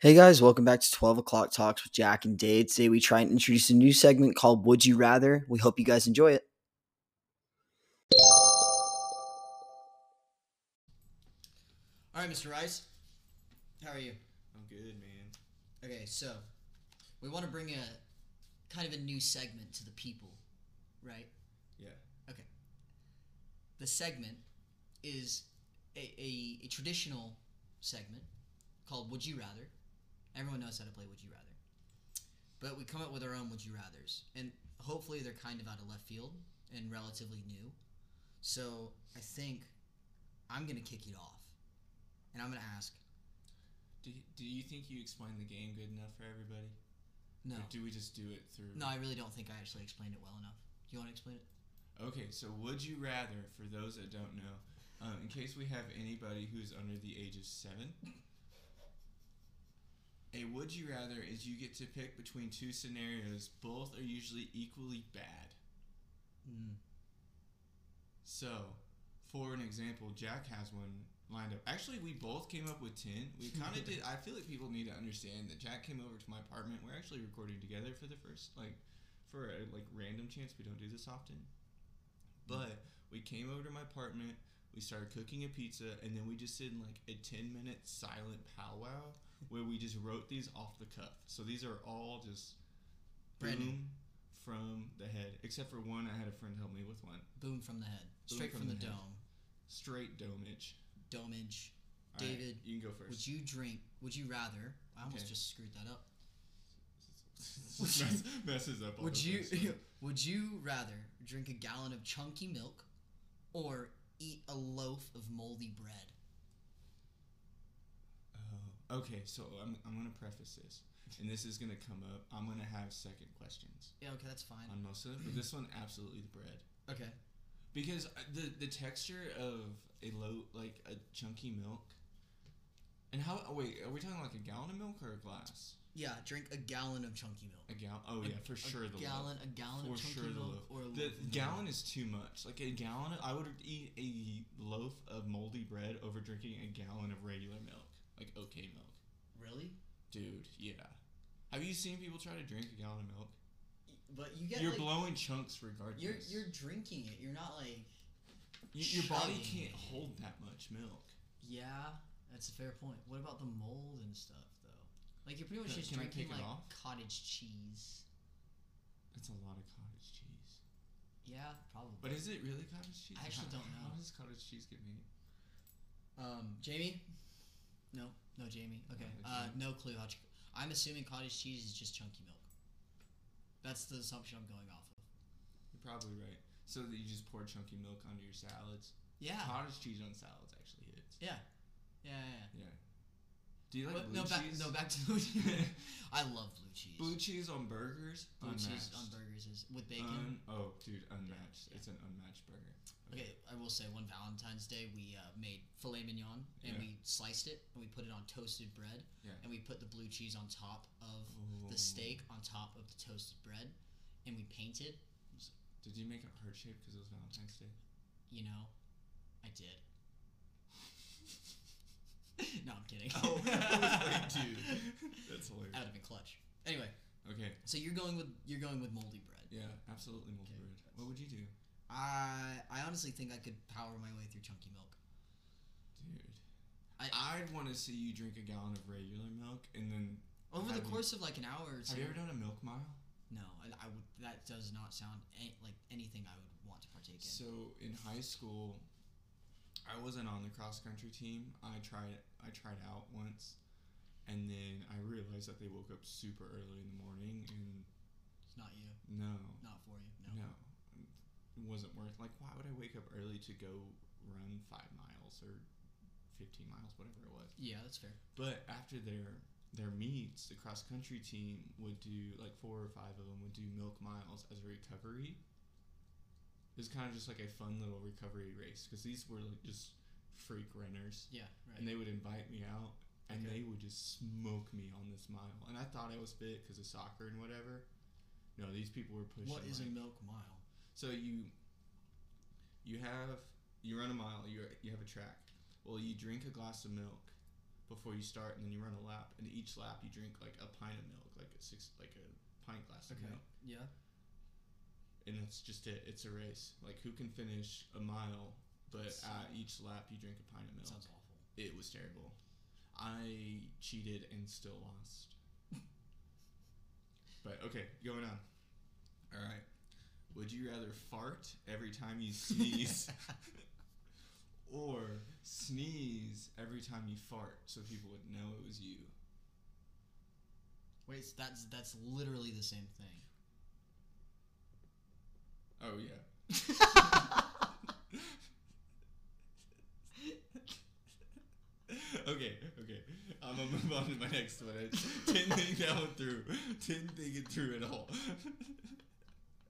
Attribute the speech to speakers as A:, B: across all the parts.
A: Hey guys, welcome back to 12 O'Clock Talks with Jack and Dade. Today we try and introduce a new segment called Would You Rather. We hope you guys enjoy it. All right, Mr. Rice, how are you?
B: I'm good, man.
A: Okay, so we want to bring a kind of a new segment to the people, right?
B: Yeah.
A: The segment is a, a, a traditional segment called Would You Rather. Everyone knows how to play Would You Rather. But we come up with our own Would You Rathers. And hopefully they're kind of out of left field and relatively new. So I think I'm going to kick it off. And I'm going to ask
B: Do you, do you think you explained the game good enough for everybody?
A: no.
B: Or do we just do it through?
A: No, I really don't think I actually explained it well enough. Do you want to explain it?
B: Okay, so would you rather, for those that don't know, um, in case we have anybody who's under the age of seven, a would you rather is you get to pick between two scenarios. Both are usually equally bad.
A: Mm.
B: So, for an example, Jack has one lined up. Actually, we both came up with 10. We kind of did. I feel like people need to understand that Jack came over to my apartment. We're actually recording together for the first, like, for a like random chance. We don't do this often. But we came over to my apartment. We started cooking a pizza, and then we just did like a 10 minute silent powwow where we just wrote these off the cuff. So these are all just
A: Brand new.
B: boom from the head, except for one. I had a friend help me with one.
A: Boom from the head.
B: Boom
A: Straight
B: from
A: from, the,
B: the head.
A: dome.
B: Straight domage.
A: Domage.
B: All right,
A: David,
B: you can go
A: Would
B: first.
A: you drink? Would you rather? I almost
B: Okay.
A: just screwed that up. would
B: Mess-
A: you-
B: messes up. all
A: Would
B: the
A: you
B: first one.
A: would you rather drink a gallon of chunky milk or eat a loaf of moldy bread?
B: Oh, okay, so I'm, I'm gonna preface this, and this is gonna come up. I'm gonna have second questions
A: Yeah, okay, that's fine.
B: on most of them, but this one absolutely the bread
A: Okay.
B: because uh, the the texture of a low like a chunky milk. And how? Oh wait, are we talking like a gallon of milk or a glass?
A: Yeah, drink a gallon of chunky milk.
B: A gallon. Oh yeah, for
A: a
B: sure the loaf.
A: gallon, a gallon
B: For
A: of chunky
B: sure the
A: milk
B: loaf.
A: or a loaf.
B: The
A: of
B: gallon is too much. Like a gallon, I would eat a loaf of moldy bread over drinking a gallon of regular milk, like okay milk.
A: milk. really?
B: Dude, yeah. Have you seen people try to drink a gallon of milk?
A: But you get
B: you're
A: like,
B: blowing chunks regardless.
A: you're you're drinking it. You're not like
B: Y- your body
A: chugging
B: can't
A: it.
B: hold that much milk.
A: yeah. That's a fair point. What about the mold and stuff though? Like you're pretty much
B: Can-
A: just
B: can I
A: drinking
B: take it
A: like
B: off?
A: cottage cheese.
B: That's a lot of cottage cheese.
A: Yeah, probably.
B: But is it really cottage cheese?
A: I actually
B: How-
A: don't
B: How
A: know.
B: does cottage cheese get made?
A: Um, Jamie? No, no Jamie. Okay.
B: it's
A: Uh,
B: Jamie.
A: no clue how. ch- I'm assuming cottage cheese is just chunky milk. That's the assumption I'm going off of.
B: You're probably right. So that you just pour chunky milk onto your salads.
A: Yeah.
B: Cottage cheese on salads actually hits.
A: yeah. Yeah. yeah,
B: Yeah. Do
A: yeah.
B: you like
A: Well,
B: blue
A: no, back,
B: cheese?
A: no, back to blue cheese. I love blue cheese.
B: blue cheese on burgers.
A: Blue cheese
B: Unmatched.
A: on burgers is with bacon.
B: Un- oh, dude, unmatched.
A: yeah.
B: It's an unmatched burger.
A: okay, I will say one Valentine's Day we uh, made filet mignon and
B: Yeah.
A: we sliced it and we put it on toasted bread
B: Yeah.
A: and we put the blue cheese on top of
B: Ooh.
A: the steak on top of the toasted bread and we painted
B: Did you make a heart shape because it was Valentine's Day?
A: You know, I did. no, I'm kidding.
B: Oh, I was like, dude,
A: That
B: that's hilarious.
A: would have been clutch. Anyway,
B: Okay,
A: so you're going with you're going with moldy bread.
B: yeah, absolutely multi bread. What would you do,
A: I I honestly think I could power my way through chunky milk.
B: dude?
A: I-
B: I, would want to see you drink a gallon of regular milk, and then
A: Over the
B: Have you-
A: course of like an hour or two.
B: have you ever done a milk mile?
A: No, and I would. That does not sound any, like anything I would want to partake in.
B: So in high school, I wasn't on the cross country team. I tried I tried out once, and then I realized that they woke up super early in the morning, and
A: It's not you.
B: no,
A: Not for you. No.
B: No, it wasn't worth. Like, why would I wake up early to go run five miles or fifteen miles, whatever it was?
A: Yeah, that's fair.
B: But after their their meets, the cross country team would do like four or five of them would do milk miles as a recovery. It was kind of just like a fun little recovery race because these were like just freak runners,
A: Yeah. Right.
B: and they would invite me out. And
A: Okay.
B: they would just smoke me on this mile, and I thought I was fit because of soccer and whatever. No, these people were pushing.
A: what is
B: like,
A: a milk mile?
B: so you you have you run a mile, you you have a track. Well, you drink a glass of milk before you start and then you run a lap and each each lap you drink like a pint of milk, like a six, like a pint glass of
A: Okay.
B: milk,
A: Yeah.
B: and that's just it. It's a race. Like who can finish a mile? But at each lap you drink a pint of milk.
A: Sounds awful.
B: It was terrible. I cheated and still lost. but okay, going on. All right. Would you rather fart every time you sneeze or sneeze every time you fart so people would know it was you?
A: Wait, so that's that's literally the same thing.
B: Oh, yeah. okay, okay. I'm gonna move on to my next one. I didn't think that one through. Didn't think it through at all.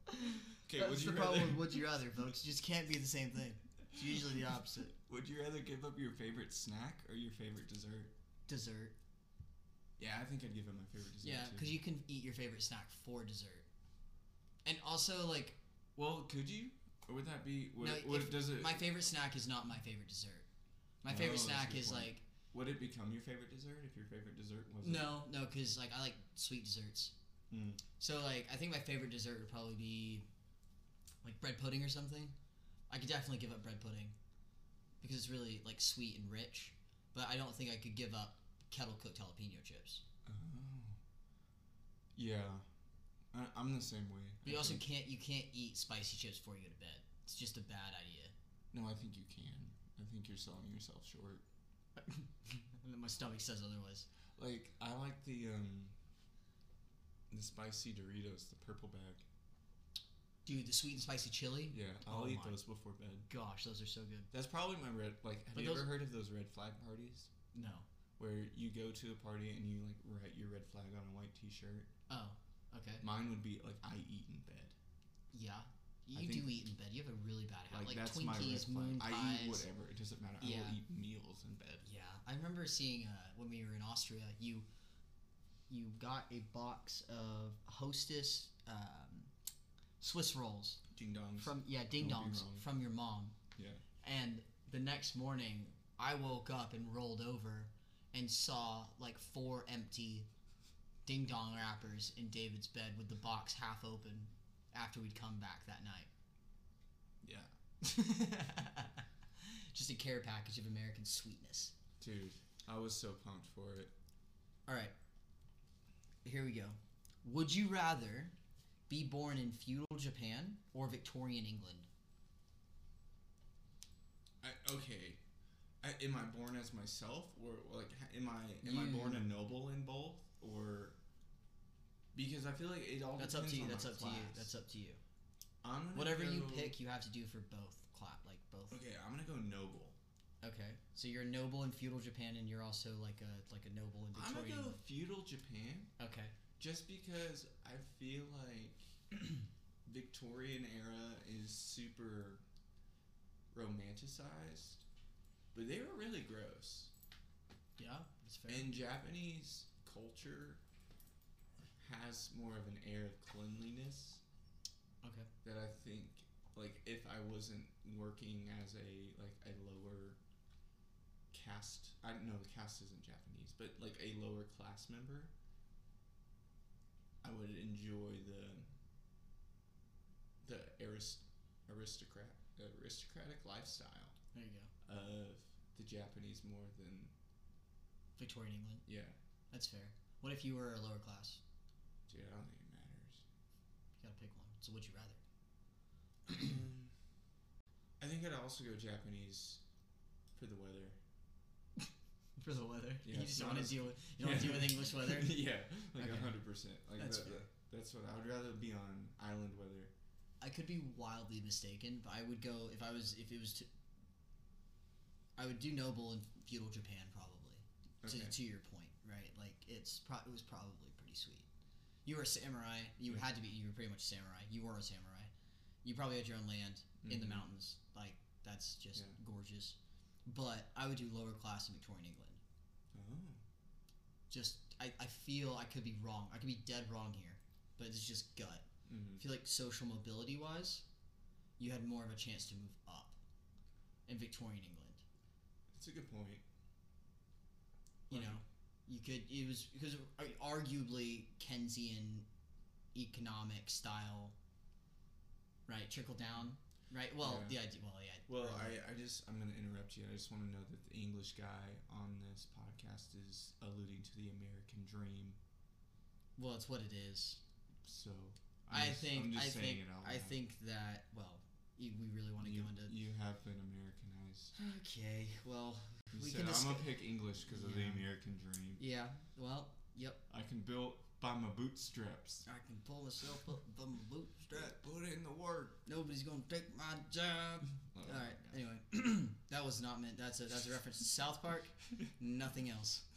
B: okay,
A: that's
B: would you
A: the
B: rather?
A: problem with would you rather, folks. It just can't be the same thing. It's usually the opposite.
B: Would you rather give up your favorite snack or your favorite dessert?
A: Dessert.
B: Yeah, I think I'd give up my favorite dessert.
A: Yeah,
B: too.
A: because you can eat your favorite snack for dessert. And also, like,
B: Well, could you? Or would that be? Would,
A: No,
B: it, would
A: if
B: it, does it?
A: my favorite snack is not my favorite dessert. My
B: Oh,
A: favorite
B: that's a
A: snack
B: good
A: is
B: point.
A: like
B: would it become your favorite dessert if your favorite dessert was?
A: no, no, because like I like sweet desserts.
B: Mm.
A: So like I think my favorite dessert would probably be like bread pudding or something. I could definitely give up bread pudding because it's really like sweet and rich. But I don't think I could give up kettle cooked jalapeno chips.
B: Oh. Yeah, I, I'm the same way.
A: But
B: I
A: you also
B: think-
A: can't you can't eat spicy chips before you go to bed. It's just a bad idea.
B: no, I think you can. I think you're selling yourself short.
A: And then my stomach says otherwise.
B: Like I like the um, the spicy Doritos, the purple bag.
A: Dude, the sweet and spicy chili.
B: Yeah, I'll
A: Oh
B: eat
A: my.
B: those before bed.
A: Gosh, those are so good.
B: That's probably my red. Like, have
A: But
B: you
A: those-
B: ever heard of those red flag parties
A: No.
B: where you go to a party and you like write your red flag on a white T-shirt?
A: Oh, okay.
B: Mine would be like I eat in bed.
A: Yeah. You
B: think-
A: do eat in bed. You have a really bad habit.
B: Like,
A: Like,
B: that's my red
A: Twinkies,
B: flag.
A: moon
B: I
A: pies.
B: eat whatever. It doesn't matter. I
A: Yeah.
B: will eat meals in bed.
A: Yeah, I remember seeing uh, when we were in Austria. You you got a box of Hostess um, Swiss rolls
B: Ding dongs.
A: from yeah ding
B: Don't be
A: dongs
B: wrong.
A: from your mom.
B: Yeah.
A: And the next morning, I woke up and rolled over and saw like four empty ding dong wrappers in David's bed with the box half open after we'd come back that night.
B: yeah,
A: Just a care package of American sweetness.
B: dude, I was so pumped for it.
A: All right. Here we go. Would you rather be born in feudal Japan or Victorian England?
B: I, okay, I, am I born as myself, or like, ha- am I am I born a noble in both, or because I feel like it all
A: That's up
B: depends
A: to you.
B: on
A: That's
B: my
A: up to
B: class.
A: you. That's up to you.
B: I'm gonna
A: Whatever you
B: go-
A: pick, you have to do for both clap like both.
B: Okay, I'm gonna go noble.
A: Okay. So you're a noble in feudal Japan and you're also like a like a noble in
B: I'm gonna
A: Victorian
B: go
A: England.
B: feudal Japan,
A: Okay.
B: just because I feel like Victorian era is super romanticized, but they were really gross.
A: Yeah, that's fair.
B: And Japanese culture has more of an air of cleanliness
A: okay.
B: that I think like if I wasn't working as a like a lower caste I don't know the caste isn't Japanese, but like a lower class member I would enjoy the the arist- aristocrat aristocratic lifestyle
A: There you go.
B: of the Japanese more than
A: Victorian England.
B: yeah,
A: That's fair. What if you were a lower class?
B: dude, I don't think it matters.
A: You gotta pick one. So would you rather?
B: I think I'd also go Japanese for the weather.
A: For the weather. you
B: Yeah, it's
A: just
B: not
A: wanna
B: as-
A: deal with you don't wanna deal with English weather.
B: yeah, like
A: Okay.
B: a hundred percent. Like
A: That's
B: that's that,
A: fair.
B: that- that's what I would rather be on island weather.
A: I could be wildly mistaken, but I would go if I was if it was to. I would do noble in feudal Japan probably. To,
B: Okay.
A: to your point, right? Like it's pro- it was probably pretty sweet. You were a samurai. You
B: Mm.
A: had to be. You were pretty much a samurai. You were a samurai. You probably had your own land in the
B: Mhm.
A: mountains. Like that's just
B: Yeah.
A: gorgeous. But I would do lower class in Victorian England.
B: Oh,
A: Just I, I feel I could be wrong. I could be dead wrong here, but it's just gut.
B: mm.
A: I feel like social mobility wise, you had more of a chance to move up in Victorian England.
B: that's a good point.
A: You
B: Right.
A: know, You could it was because arguably Keynesian economic style, right? Trickle down, right? Well,
B: Yeah.
A: the idea. Well, yeah.
B: Well,
A: right.
B: I, I just I'm gonna interrupt you. I just want to know that the English guy on this podcast is alluding to the American dream.
A: well, it's what it is.
B: So
A: i
B: I'm just-
A: think.
B: I'm just
A: I
B: saying
A: think.
B: it out
A: I
B: loud.
A: think that. Well, you, we really want to
B: Oh, you,
A: go into.
B: you have been Americanized.
A: Okay. Well.
B: You
A: We
B: said
A: can
B: I'm gonna
A: discuss-
B: pick English because of the
A: Yeah.
B: American dream.
A: Yeah. Well. Yep.
B: I can build by my bootstraps.
A: I can pull myself up by my bootstrap.
B: Put in the work.
A: Nobody's gonna take my job.
B: Oh,
A: All right.
B: my
A: Anyway, that was not meant. That's a that's a reference to South Park.
B: God.
A: Nothing else.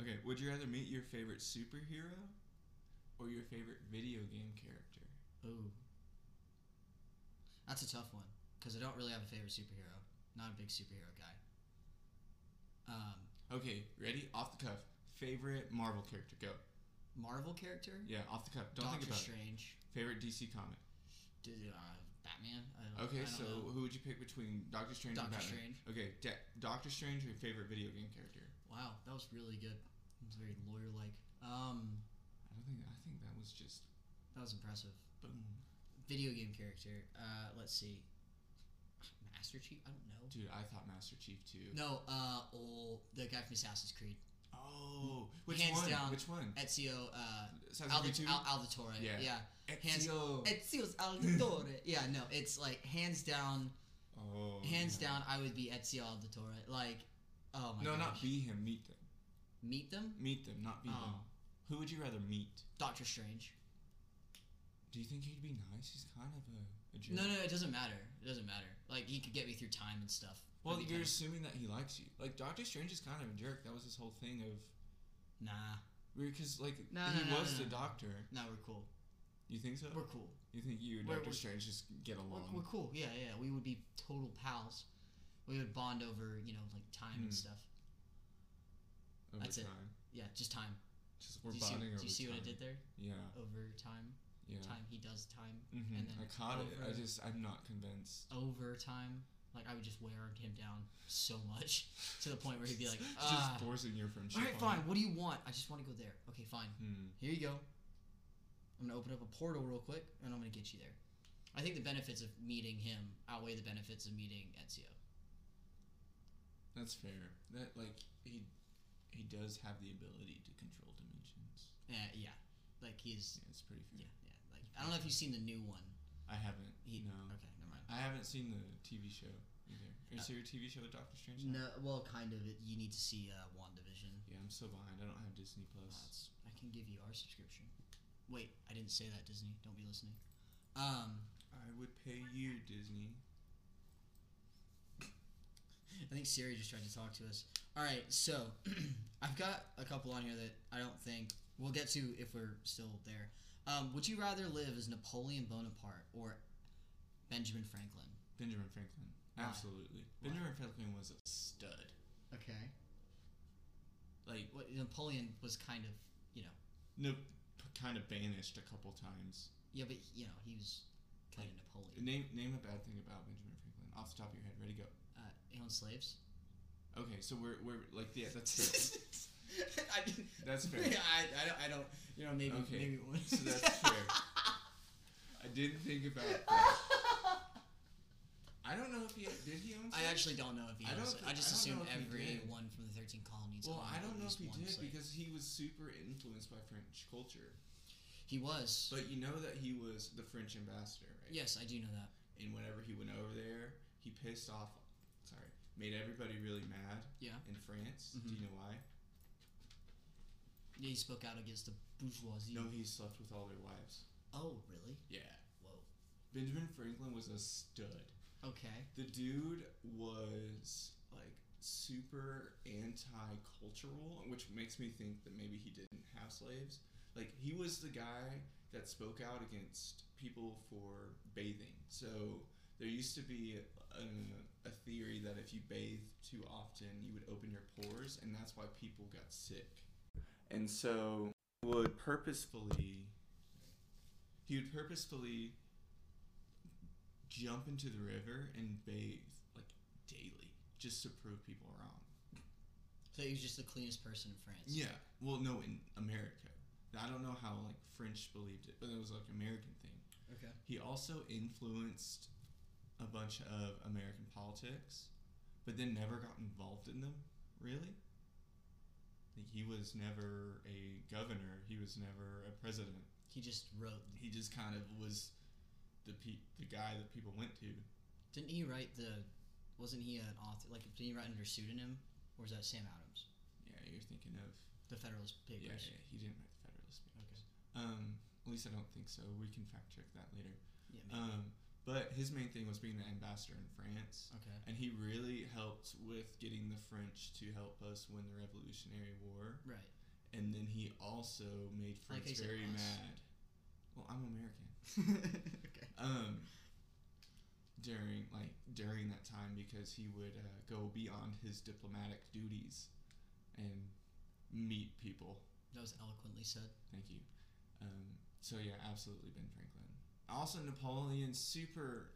B: Okay, would you rather meet your favorite superhero or your favorite video game character?
A: Ooh. That's a tough one because I don't really have a favorite superhero. Not a big superhero guy. Um,
B: Okay, ready? Off the cuff. Favorite Marvel character? Go.
A: Marvel character?
B: Yeah, off the cuff. Don't
A: Doctor
B: think about
A: Strange.
B: it. Favorite DC comic.
A: D- uh, Batman? I don't, I
B: Okay,
A: don't
B: so
A: know.
B: who would you pick between Doctor Strange
A: Doctor
B: and Batman?
A: Strange.
B: Okay, De- Doctor Strange or your favorite video game character?
A: Wow, that was really good. It was very lawyer like. Um,
B: I don't think. I think that was just
A: that was impressive.
B: boom.
A: Video game character. Uh, let's see. Master Chief? I don't know.
B: Dude, I thought Master Chief too.
A: No, uh, old, the guy from Assassin's Creed.
B: Oh, which
A: Hands
B: one?
A: down.
B: Which one?
A: Ezio, uh,
B: Assassin's
A: Aldo,
B: Creed
A: Al- Aldatore.
B: Yeah. Oh.
A: yeah.
B: 2?
A: hands-
B: Ezio.
A: Ezio's Auditore. yeah, no, it's like hands down,
B: Oh,
A: hands
B: yeah.
A: down. I would be Ezio Auditore. Like, oh my
B: No,
A: gosh.
B: not be him. Meet them.
A: meet them.
B: Meet them, not be them.
A: Oh.
B: Who would you rather meet?
A: Doctor Strange.
B: Do you think he'd be nice? He's kind of a, a jerk.
A: No, no, it doesn't matter. It doesn't matter. Like he could get me through time and stuff.
B: Well,
A: That'd be
B: you're
A: kinda-
B: assuming that he likes you. Like Doctor Strange is kind of a jerk. That was his whole thing of
A: nah.
B: because like
A: No,
B: he
A: no, no,
B: was
A: no,
B: the
A: no.
B: doctor.
A: No, we're cool.
B: You think so?
A: We're cool.
B: You think you and
A: We're-
B: Doctor
A: we're-
B: Strange just get
A: We're,
B: along?
A: we're cool. Yeah, yeah. We would be total pals. We would bond over, you know, like time
B: Hmm.
A: and stuff.
B: over
A: that's it.
B: time.
A: Yeah, just time.
B: Just we're
A: do you see,
B: bonding
A: do
B: over
A: you see
B: time.
A: what I did there?
B: Yeah,
A: Over time.
B: yeah.
A: Time. He does time.
B: hmm
A: and then
B: I caught it. I
A: over-
B: just I'm not convinced.
A: over time. Like I would just wear him down so much to the point where he'd be like,
B: It's
A: ah,
B: just forcing your friendship.
A: all right,
B: on
A: fine. What do you want? I just want to go there. Okay, fine.
B: it. Hmm.
A: Here you go. I'm gonna open up a portal real quick, and I'm gonna get you there. I think the benefits of meeting him outweigh the benefits of meeting Ezio.
B: That's fair. That like he he does have the ability to control dimensions.
A: Uh, yeah, like he's
B: Yeah, it's pretty fair.
A: yeah, yeah. Like I don't know if you've seen the new one.
B: I haven't.
A: He-
B: no,
A: Okay, never mind.
B: I haven't seen the TV show either. Is
A: Uh,
B: there a TV show with Doctor Strange? now?
A: No, well, kind of. It, you need to see uh, Wandavision.
B: Yeah, I'm so behind. I don't have Disney Plus.
A: That's, I can give you our subscription. Wait, I didn't say that. Disney, don't be listening. Um,
B: I would pay you, Disney.
A: I think Siri just tried to talk to us. All right, so I've got a couple on here that I don't think we'll get to if we're still there. Um, would you rather live as Napoleon Bonaparte or Benjamin Franklin?
B: Benjamin Franklin.
A: Why?
B: Absolutely.
A: Why?
B: Benjamin Franklin was a stud.
A: Okay.
B: Like
A: What Napoleon was kind of, you know,
B: no, p- kind of banished a couple times.
A: yeah, but you know, he was kind of Napoleon.
B: Name name a bad thing about Benjamin Franklin off the top of your head. Ready, go.
A: Uh, he owned slaves.
B: Okay, so we're we're like yeah, that's fair.
A: I didn't-
B: That's fair.
A: I, I, don't, I don't, you know, maybe,
B: Okay,
A: maybe. one-
B: so that's fair. I didn't think about that. I don't know if he did he own.
A: I
B: slaves?
A: actually don't know if he.
B: I
A: I,
B: don't
A: was,
B: thi-
A: I just
B: I don't
A: assumed
B: know if he did.
A: everyone from the thirteen colonies.
B: Well,
A: owned
B: I don't
A: at
B: know if
A: least
B: he
A: one
B: did
A: slave.
B: because he was super influenced by French culture.
A: he was.
B: But you know that he was the French ambassador, right?
A: yes, I do know that.
B: And whenever he went over there, he pissed off. Sorry, made everybody really mad.
A: Yeah.
B: In France, do
A: Mhm.
B: you know why?
A: Yeah, he spoke out against the bourgeoisie.
B: No, he slept with all their wives.
A: Oh, really?
B: Yeah.
A: Whoa.
B: Benjamin Franklin was a stud.
A: Okay.
B: The dude was like super anti-cultural, which makes me think that maybe he didn't have slaves. Like he was the guy that spoke out against people for bathing. So there used to be a, a theory that if you bathe too often, you would open your pores, and that's why people got sick. And so would purposefully he would purposefully jump into the river and bathe like daily just to prove people wrong.
A: So he was just the cleanest person in France.
B: Yeah. Well, no, in America. I don't know how like French believed it, but it was like American thing.
A: Okay.
B: He also influenced a bunch of American politics, but then never got involved in them, really. Like, he was never a governor, he was never a president.
A: He just wrote.
B: He just kind of was the pe- the guy that people went to.
A: Didn't he write the? Wasn't he an author? Like, did he write under pseudonym, or was that Sam Adams?
B: Yeah, you're thinking of.
A: The Federalist Papers.
B: Yeah, yeah, he didn't write the Federalist Papers. Um, at least I don't think so. We can fact check that later.
A: Yeah, maybe.
B: Um, but his main thing was being an ambassador in France.
A: okay.
B: and he really helped with getting the French to help us win the Revolutionary War.
A: Right.
B: And then he also made France
A: he said
B: very
A: us.
B: mad. Well, I'm American.
A: okay.
B: Um, during like during that time, because he would uh, go beyond his diplomatic duties and meet people.
A: That was eloquently said.
B: Thank you. Um, so yeah, absolutely Ben Franklin. Also Napoleon, super.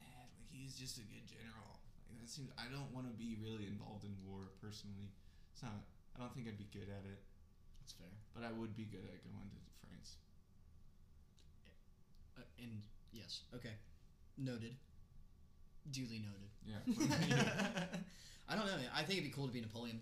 B: eh, Like he's just a good general. Like that seems. I don't want to be really involved in war personally. It's not. I don't think I'd be good at it,
A: That's fair.
B: but I would be good at going to France.
A: Uh, and yes. Okay. Noted. Duly noted.
B: Yeah.
A: I don't know. man. I think it'd be cool to be Napoleon.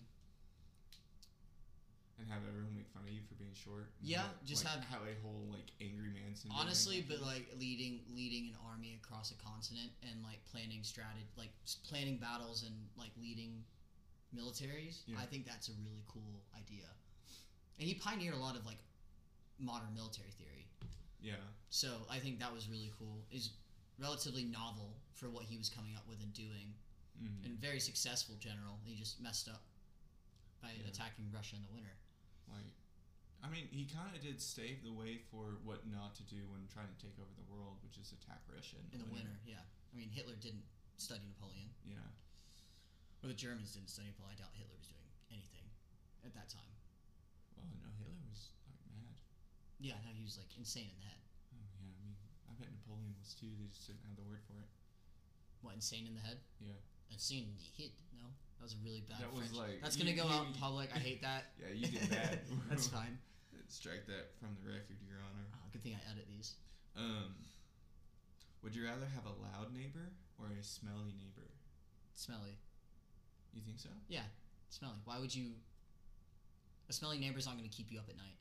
B: and have everyone make fun of you for being short. and
A: Yeah,
B: have,
A: just
B: like,
A: have-
B: have a whole like angry man syndrome.
A: Honestly, but like leading leading an army across a continent and like planning strategy, like s- planning battles and like leading militaries.
B: Yeah.
A: I think that's a really cool idea. And he pioneered a lot of like modern military theory.
B: yeah,
A: So I think that was really cool. Is relatively novel for what he was coming up with and doing,
B: hmm
A: and very successful general. He just messed up by
B: Yeah.
A: attacking Russia in the winter.
B: like. I mean, he kind of did stave the way for what not to do when trying to take over the world, which is attack Russia
A: In the winter, yeah. I mean, Hitler didn't study Napoleon.
B: Yeah.
A: Well, the Germans didn't study Paul. I doubt Hitler was doing anything at that time.
B: Well, no, Hitler was like mad.
A: Yeah, no, he was like insane in the head.
B: Oh yeah, I mean, I bet Napoleon was too. They just didn't have the word for it.
A: What, insane in the head?
B: Yeah.
A: Insane in the head, no? That was a really bad
B: That was
A: French.
B: like-
A: That's going to
B: you-
A: go
B: you-
A: out in public. I hate that.
B: Yeah, you did bad.
A: That's fine.
B: Strike that from the record, Your Honor.
A: Oh, good thing I edit these.
B: Um, would you rather have a loud neighbor or a smelly neighbor?
A: Smelly.
B: You think so?
A: Smelly. Why would you. A smelly neighbor's not going to keep you up at night.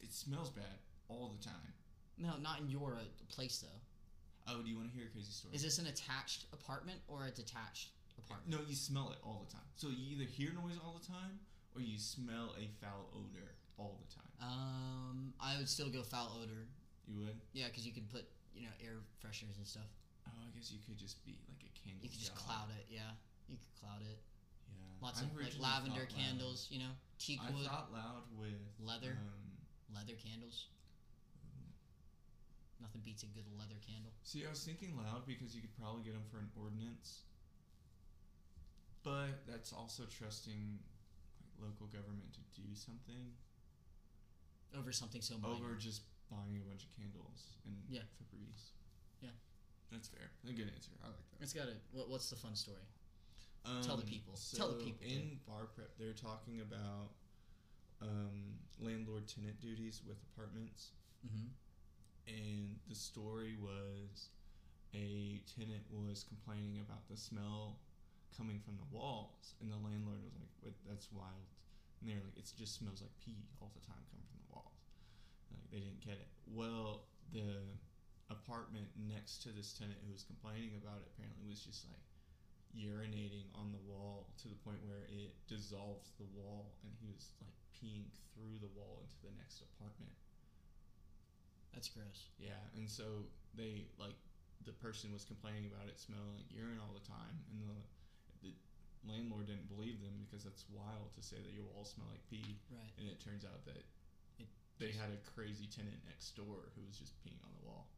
B: It smells bad all the time.
A: No, not in your uh, place, though.
B: Oh, do you want to hear a crazy story?
A: Is this an attached apartment or a detached apartment?
B: no, you smell it all the time. So you either hear noise all the time or you smell a foul odor all the time.
A: Um, I would still go foul odor.
B: You would?
A: Yeah, because you can put, you know, air fresheners and stuff.
B: Oh, I guess you could just be like a candle.
A: You could just
B: god.
A: cloud it, yeah. You could cloud it.
B: Yeah.
A: Lots
B: I
A: of like
B: originally
A: lavender
B: thought loud.
A: candles, you know, teak
B: I
A: wood,
B: thought loud with
A: Leather?
B: Um,
A: leather candles. Nothing beats a good leather candle.
B: see, I was thinking loud because you could probably get them for an ordinance, but that's also trusting like, local government to do something
A: Over something so minor.
B: over just buying a bunch of candles and
A: Yeah.
B: Febreze.
A: Yeah.
B: that's fair. A good answer. I like that.
A: It's got a. What, what's the fun story? Tell the
B: Um,
A: people. Tell the
B: so
A: people,
B: In bar prep, they're talking about um, landlord-tenant duties with apartments.
A: Mm-hmm.
B: and the story was a tenant was complaining about the smell coming from the walls and the landlord was like "What that's wild and they were like it just smells like pee all the time coming from the walls like they didn't get it well the apartment next to this tenant who was complaining about it apparently was just like urinating on the wall to the point where it dissolved the wall and he was like peeing through the wall into the next apartment
A: That's gross.
B: yeah, and so they like the person was complaining about it smelling like urine all the time, and the the landlord didn't believe them because that's wild to say that your walls smell like pee.
A: Right.
B: And it turns out that
A: It
B: they
A: just-
B: had a crazy tenant next door who was just peeing on the wall.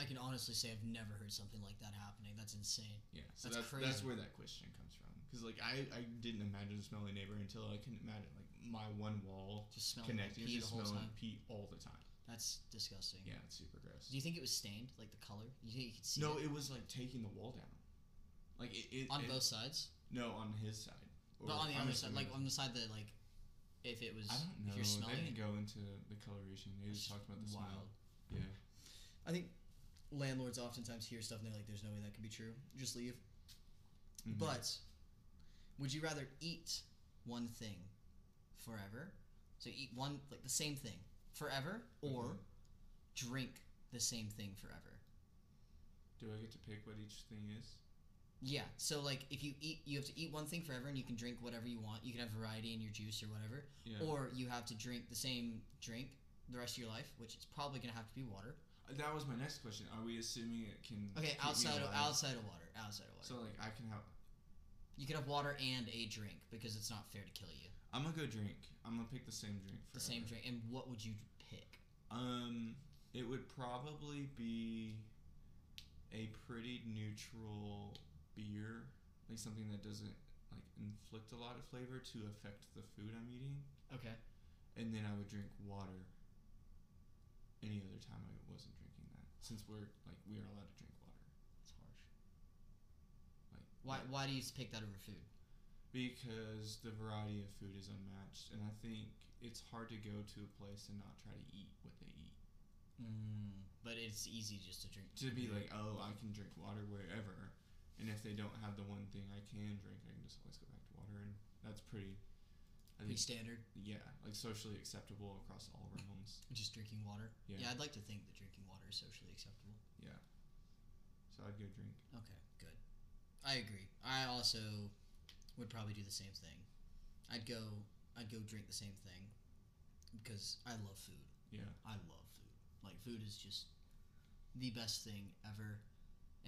A: I can honestly say I've never heard something like that happening. That's insane.
B: Yeah, so
A: That's
B: that's that's
A: crazy.
B: where that question comes from. Because like I, I didn't imagine a smelly neighbor until I couldn't imagine like my one wall
A: Just smelling like
B: connecting
A: pee the
B: just
A: whole
B: smelling
A: time.
B: pee all the time.
A: That's disgusting.
B: Yeah, it's super gross.
A: Do you think it was stained, like the color? You think you could see
B: no,
A: it
B: it was like taking the wall down. Like it, it
A: on
B: it-
A: both sides?
B: No, on his side.
A: But on the
B: I'm
A: other side,
B: assuming-
A: like on the side that like, if it was,
B: I don't know.
A: if you're smelling it,
B: they didn't go into the coloration. They
A: it's
B: just talked about the
A: wild.
B: smell. Yeah. Mm-hmm.
A: I think landlords oftentimes hear stuff and they're like, "There's no way that could be true. Just leave."
B: Mm-hmm. Mhm.
A: But would you rather eat one thing forever? So eat one like the same thing forever, or
B: Mhm.
A: drink the same thing forever?
B: do I get to pick what each thing is?
A: Yeah. So like, if you eat, you have to eat one thing forever, and you can drink whatever you want. You can have variety in your juice or whatever,
B: Yeah.
A: or you have to drink the same drink the rest of your life, which is probably gonna have to be water.
B: Uh, that was my next question. Are we assuming it can?
A: Okay,
B: keep me
A: outside of
B: alive?
A: outside of water, outside of water.
B: So like I can have.
A: you could have water and a drink because it's not fair to kill you.
B: I'm gonna go drink. I'm gonna pick the same drink. Forever.
A: The same drink. And what would you pick?
B: Um, it would probably be a pretty neutral beer, like something that doesn't like inflict a lot of flavor to affect the food I'm eating,
A: Okay.
B: and then I would drink water. Any other time I wasn't drinking that, since we're like we are allowed to drink water,
A: That's harsh.
B: Like-
A: why why do you pick that over food?
B: because the variety of food is unmatched, and I think it's hard to go to a place and not try to eat what they eat.
A: Mm, but it's easy just to drink.
B: to be like, oh, I can drink water wherever, and if they don't have the one thing I can drink, I can just always go back to water, and that's pretty. I
A: pretty
B: think,
A: standard,
B: yeah, like socially acceptable across all of our homes.
A: just drinking water.
B: Yeah.
A: I'd like to think that drinking water is socially acceptable.
B: So I'd go drink.
A: Okay, good. I agree. I also would probably do the same thing. I'd go I'd go drink the same thing because I love food.
B: Yeah,
A: I love food. Like food is just the best thing ever.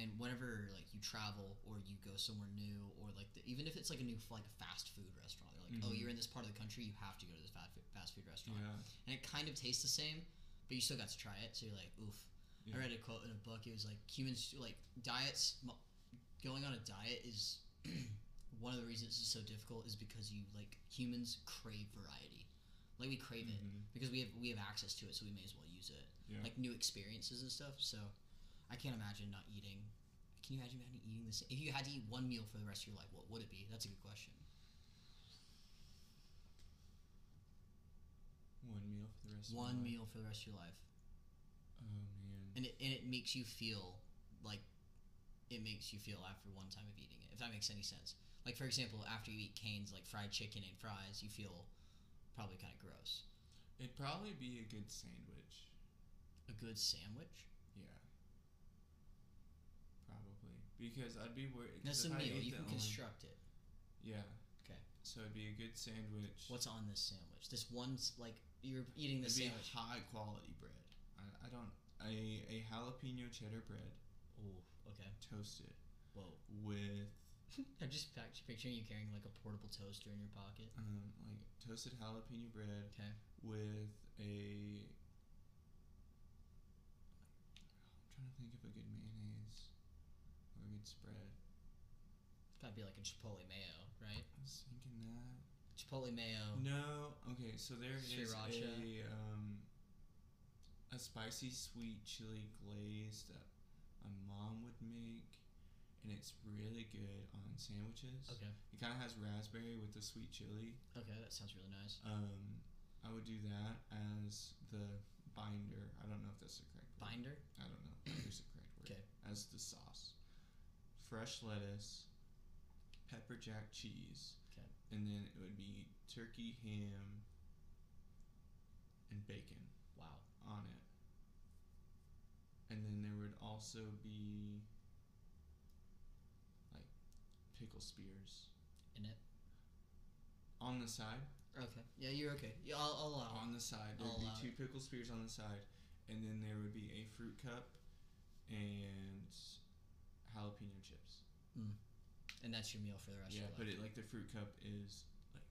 A: And whenever like you travel or you go somewhere new or like the, even if it's like a new like a fast food restaurant, they're like, oh,
B: Mhm.
A: you're in this part of the country, you have to go to this fast food, fast food restaurant,
B: yeah,
A: and it kind of tastes the same, but you still got to try it. So you're like, oof.
B: Yeah.
A: I read a quote in a book. It was like humans like diets. mo- Going on a diet is one of the reasons it's so difficult is because you like humans crave variety, like we crave it
B: Mhm.
A: because we have we have access to it, so we may as well use it.
B: Yeah.
A: Like new experiences and stuff. So I can't imagine not eating. Can you imagine not eating this? If you had to eat one meal for the rest of your life, what would it be? That's a good question.
B: Mm-hmm.
A: One
B: One meal for the rest. of my life.
A: meal for the rest of your life,
B: Oh man.
A: and it and it makes you feel like it makes you feel after one time of eating it. If that makes any sense. Like for example, after you eat Cane's like fried chicken and fries, you feel probably kind of gross.
B: It'd probably be a good sandwich.
A: A good sandwich.
B: Yeah. Probably because I'd be worried.
A: That's a meal. You can
B: only,
A: construct it.
B: Yeah.
A: 'Kay.
B: So it'd be a good sandwich.
A: What's on this sandwich? This one's like you're eating
B: It'd
A: this
B: be
A: sandwich.
B: high quality bread. I, I don't a a jalapeno cheddar bread
A: Oh, okay.
B: toasted
A: Whoa.
B: with
A: I'm just pac- picturing you carrying like a portable toaster in your pocket.
B: um, like toasted jalapeno bread
A: Okay.
B: with a. I'm trying to think of a good mayonnaise or a good spread.
A: It's gotta be like a Chipotle mayo, right?
B: I was thinking that.
A: Chipotle mayo.
B: No. Okay, so there is
A: Sriracha.
B: a um, a spicy sweet chili glaze that my mom would make, and it's really good on sandwiches.
A: Okay.
B: It kind of has raspberry with the sweet chili.
A: Okay, that sounds really nice.
B: Um, I would do that as the binder. I don't know if that's the correct word.
A: Binder.
B: I don't know. if There's the correct word.
A: 'Kay.
B: As the sauce, fresh lettuce, pepper jack cheese.
A: 'Kay.
B: And then it would be turkey, ham, and bacon
A: Wow.
B: on it. And then there would also be like pickle spears
A: In it.
B: on the side.
A: Okay. Yeah, you're okay. Yeah, I'll, I'll allow. it.
B: on the side. There'd
A: I'll
B: be
A: allow
B: two pickle spears on the side, and then there would be a fruit cup and jalapeno chips.
A: And that's your meal for the rest
B: yeah,
A: of
B: but
A: your life.
B: it like the fruit cup is like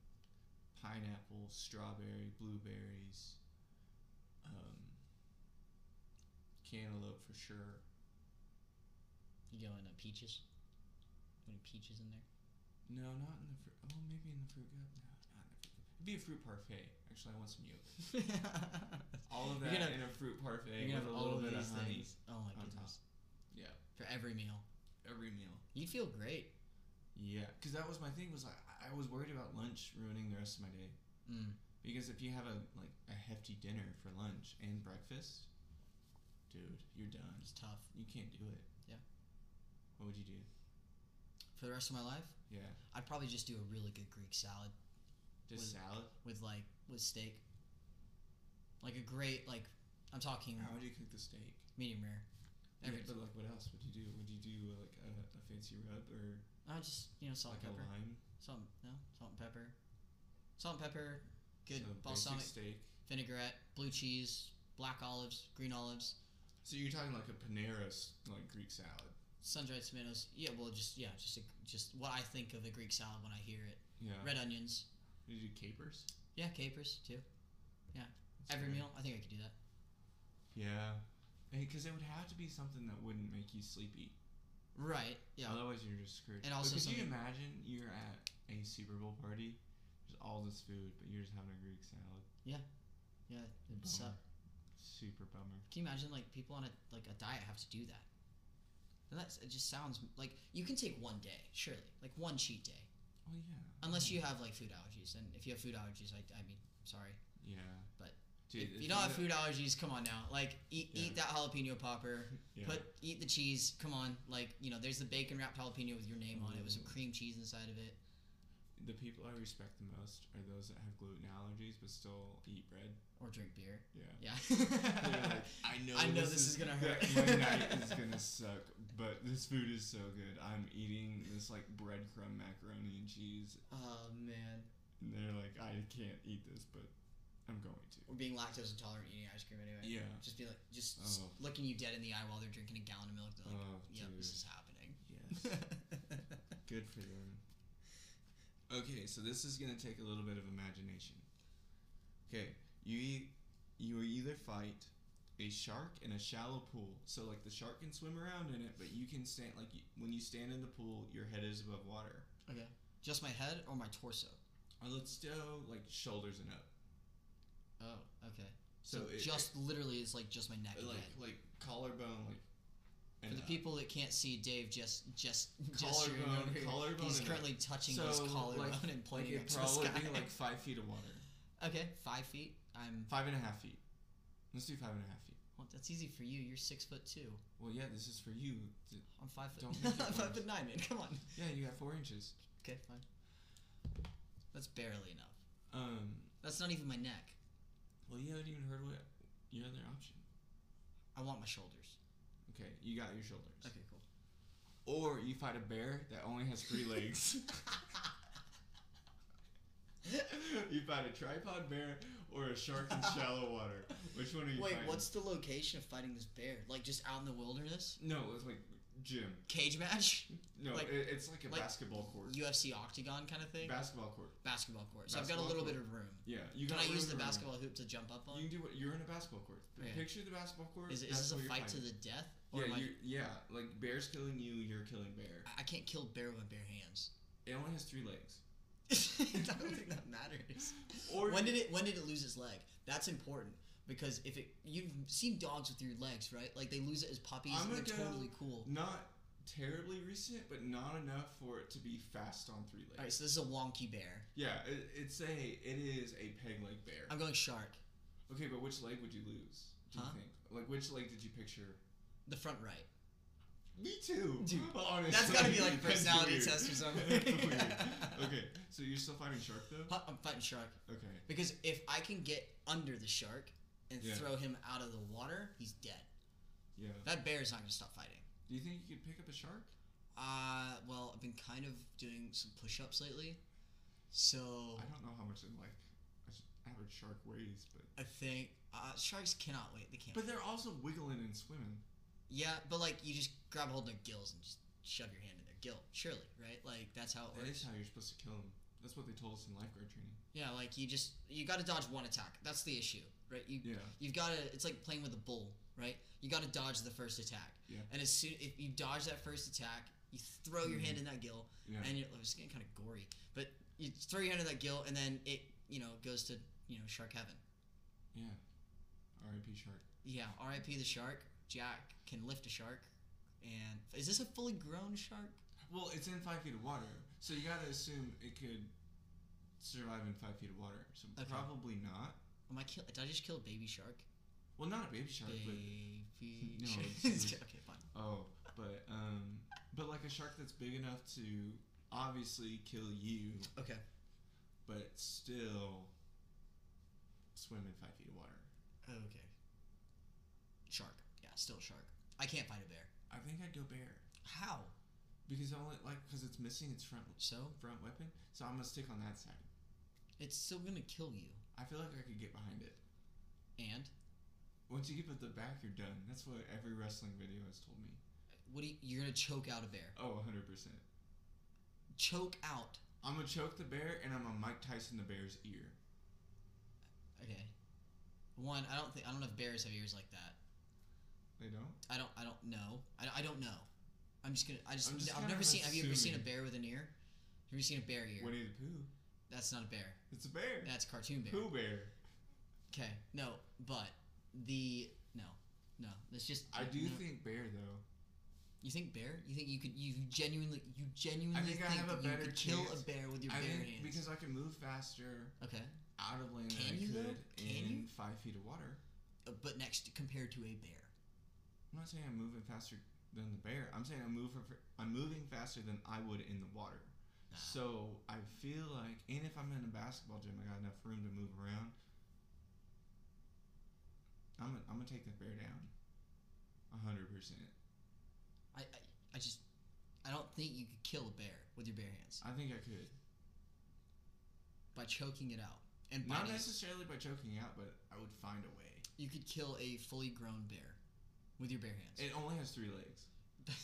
B: pineapple, strawberry, blueberries, um, cantaloupe for sure.
A: you going uh, peaches. Any peaches in there?
B: No, not in the fruit. Oh, maybe in the fruit cup. No, not in the fruit cup. It'd be a fruit parfait. Actually, I want some yogurt. All of
A: You're
B: that
A: gonna-
B: in a fruit
A: You're
B: parfait
A: gonna have
B: with a
A: all of
B: little bit of
A: these
B: honey
A: things. Oh my
B: on top.
A: goodness.
B: Yeah.
A: For every meal,
B: every meal.
A: you'd feel great.
B: Yeah, because that was my thing. Was like I- I was worried about lunch ruining the rest of my day
A: Mm.
B: because if you have a like a hefty dinner for lunch and breakfast, dude, you're done.
A: It's tough
B: You can't do it.
A: Yeah.
B: What would you do?
A: for the rest of my life.
B: Yeah,
A: I'd probably just do a really good Greek salad
B: just
A: Would-
B: salad.
A: with like with steak. Like a great like, I'm talking
B: How would you cook the steak?
A: medium rare.
B: Yeah,
A: Every
B: but like, what else would you do? Would you do uh, like a, a fancy rub or
A: I Uh, just you know salt
B: like
A: and pepper,
B: a lime?
A: salt no salt and pepper, salt and pepper, good
B: So basic
A: balsamic
B: steak.
A: vinaigrette, blue cheese, black olives, green olives,
B: So you're talking like a Panera s- like Greek salad.
A: sun-dried tomatoes. Yeah, well, just yeah, just a, just what I think of a Greek salad when I hear it.
B: Yeah.
A: Red onions,
B: Would you do capers?
A: yeah, capers too.
B: That's
A: Every
B: good.
A: meal, I think I could do that.
B: Yeah. Because it would have to be something that wouldn't make you sleepy.
A: Right. Yeah.
B: Otherwise, you're just screwed.
A: And also
B: but could you
A: something-
B: imagine you're at a Super Bowl party? There's all this food, but you're just having a Greek salad.
A: yeah. It'd suck.
B: Bummer. Super bummer.
A: Can you imagine like people on a like a diet have to do that? And that's it. Just sounds like you can take one day, surely, like one cheat day,
B: Oh yeah.
A: unless you have like food allergies. And if you have food allergies, I, I mean, sorry,
B: Yeah.
A: But
B: Dude,
A: if
B: the
A: you don't
B: thing
A: have
B: that-
A: food allergies, come on now, like eat
B: Yeah.
A: eat that jalapeno popper,
B: Yeah.
A: put eat the cheese. Come on, like you know, there's the bacon wrapped jalapeno with your name on it with some
B: Ooh.
A: cream cheese inside of it.
B: the people I respect the most are those that have gluten allergies but still eat bread.
A: Or drink beer.
B: Yeah.
A: Yeah.
B: They're like, I know.
A: I know this is gonna hurt."
B: My night is gonna suck, but this food is so good. I'm eating this like breadcrumb macaroni and cheese,
A: oh man,
B: and they're like, I can't eat this, but I'm going to.
A: or being lactose intolerant, eating ice cream anyway.
B: Yeah.
A: Just be like, just s-
B: Oh.
A: looking you dead in the eye while they're drinking a gallon of milk. They're like,
B: Oh,
A: Yep,
B: dude.
A: this is happening.
B: Yes. Good for them. Okay, so this is gonna take a little bit of imagination. Okay, you e- you either fight a shark in a shallow pool. So like the shark can swim around in it, but you can stand like you, when you stand in the pool, your head is above water.
A: okay. Just my head or my torso?
B: Or let's go like shoulders and up.
A: Oh, okay. So,
B: So, it,
A: just literally is like just my neck.
B: it-
A: and
B: like
A: head.
B: like collarbone like.
A: For
B: and
A: the
B: up.
A: people that can't see Dave, just just gesturing
B: Collarbone-
A: over here.
B: collarbone
A: He's
B: and
A: currently touching
B: So,
A: his
B: like-
A: collarbone and
B: like
A: pointing
B: it'd
A: up to the
B: probably
A: sky.
B: be like five feet of water,
A: okay, five feet. I'm.
B: five and a half feet. Let's do five and a half feet.
A: Well, that's easy for you. You're six foot two.
B: Well, yeah, this is for you. to-
A: I'm five foot.
B: Don't make it
A: I'm five
B: worse.
A: foot nine, man. Come on.
B: Yeah, you got four inches.
A: Okay, fine. That's barely enough.
B: Um,
A: That's not even my neck.
B: well, you haven't even heard what your other option.
A: I want my shoulders.
B: Okay, you got your shoulders.
A: Okay, cool.
B: Or you fight a bear that only has three legs. you fight a tripod bear or a shark in shallow water. Which one are you
A: Wait,
B: fighting?
A: what's the location of fighting this bear? Like just out in the wilderness?
B: No, it's like gym.
A: Cage match?
B: No,
A: Like-
B: it, it's like a
A: like-
B: basketball court.
A: UFC octagon kind of thing?
B: Basketball court.
A: basketball court. So I've got
B: Basketball
A: a little
B: court.
A: bit of room.
B: Yeah, you
A: Can
B: got
A: I
B: room
A: use
B: for
A: the
B: room.
A: basketball hoop to jump up on?
B: You can do what you're in a basketball court.
A: Yeah.
B: Picture the basketball court.
A: is, it- is
B: that's
A: this a
B: where you're
A: fight to
B: fighting.
A: the death? Or am
B: yeah,
A: I,
B: you yeah, like bear's killing you, you're killing bear.
A: I- I can't kill bear with my bare hands.
B: It only has three legs.
A: I don't think that matters.
B: Or
A: When did it when did it lose its leg? That's important. Because if it you've seen dogs with your legs, right? Like they lose it as puppies
B: I'm
A: and they're
B: gonna go-
A: totally cool.
B: not terribly recent, but not enough for it to be fast on three legs.
A: Alright, so this is a wonky bear.
B: Yeah, it, it's a it is a peg leg bear.
A: I'm going shark.
B: okay, but which leg would you lose? Do you
A: Um, Huh?
B: think? Like which leg did you picture?
A: The front right.
B: Me too.
A: Dude,
B: honestly,
A: That's gotta be like a
B: That's
A: personality
B: weird.
A: test or something.
B: That's weird. okay, so you're still fighting shark though.
A: Huh, I'm fighting shark
B: Okay.
A: because if I can get under the shark and
B: Yeah.
A: throw him out of the water, he's dead.
B: Yeah.
A: That bear's not gonna stop fighting.
B: Do you think you could pick up a shark?
A: Uh, well, I've been kind of doing some push-ups lately, so
B: I don't know how much like a s- average shark weighs, but
A: I think uh, sharks cannot wait. They can't.
B: but they're also wiggling and swimming.
A: yeah, but like you just grab hold of their gills and just shove your hand in their gill. Surely, right? Like that's how it
B: That
A: works.
B: is how you're supposed to kill them. That's what they told us in lifeguard training.
A: Yeah, like you just you got to dodge one attack. That's the issue, right? You
B: Yeah.
A: You've got to. It's like playing with a bull, right? You got to dodge the first attack.
B: Yeah.
A: And as soon if you dodge that first attack, you throw your hand in that gill,
B: Mm-hmm. Yeah.
A: and you're, it's getting kind of gory. But you throw your hand in that gill, and then it, you know, goes to you know shark heaven.
B: Yeah. R.I.P. Shark.
A: Yeah. R.I.P. the shark. Jack can lift a shark, and is this a fully grown shark?
B: Well, it's in five feet of water, So you gotta assume it could survive in five feet of water. So
A: Okay.
B: probably not.
A: Am I kill? Did I just kill baby shark?
B: Well, not a baby shark,
A: Baby
B: No,
A: shark.
B: it's-
A: Just kidding. okay, fine.
B: but oh, but um, but like a shark that's big enough to obviously kill you,
A: Okay.
B: but still swim in five feet of water.
A: Okay. Shark. Yeah, still shark. I can't fight a bear.
B: I think I'd go bear
A: How?
B: because all it like because it's missing its front
A: So
B: front weapon. So I'm gonna stick on that side.
A: it's still gonna kill you.
B: I feel like I could get behind it.
A: And
B: Once you get with the back, you're done. That's what every wrestling video has told me.
A: what do you, you're gonna choke out a bear?
B: Oh, 100%.
A: Choke out.
B: I'm going to choke the bear and I'm going to Mike Tyson the bear's ear.
A: Okay. One, I don't think I don't know if bears have ears like that.
B: They don't?
A: I don't. I don't know. I, I don't know. I'm just gonna. I just.
B: I'm just
A: I've
B: kind
A: never
B: of
A: seen. Have you ever seen a
B: assuming.
A: bear with an ear? Have you seen a bear ear?
B: Winnie the Pooh.
A: That's not a bear.
B: It's a bear.
A: That's a cartoon bear.
B: Pooh bear.
A: Okay. No, but the no, no. That's just.
B: I do
A: no.
B: think bear, though.
A: You think bear? You think you could? You genuinely? You genuinely
B: think I have a
A: that you
B: better
A: could kill a
B: chance.
A: bear with your
B: I
A: bare
B: think
A: hands?
B: because I can move faster
A: okay,
B: out of land
A: Can
B: than I
A: you, though?
B: could
A: Can you?
B: in five feet of water.
A: Uh, but next compared to a bear.
B: I'm not saying I'm moving faster than the bear. I'm saying I'm moving, I'm moving faster than I would in the water.
A: Nah.
B: So I feel like, and if I'm in a basketball gym, I got enough room to move around. I'm gonna, I'm gonna take that bear down, a hundred percent.
A: I, I I just I don't think you could kill a bear with your bare hands
B: I think I could,
A: by choking it out and
B: not
A: biting. it.
B: necessarily by choking out, but I would find a way.
A: You could kill a fully grown bear with your bare hands.
B: It only has three legs.
A: I'm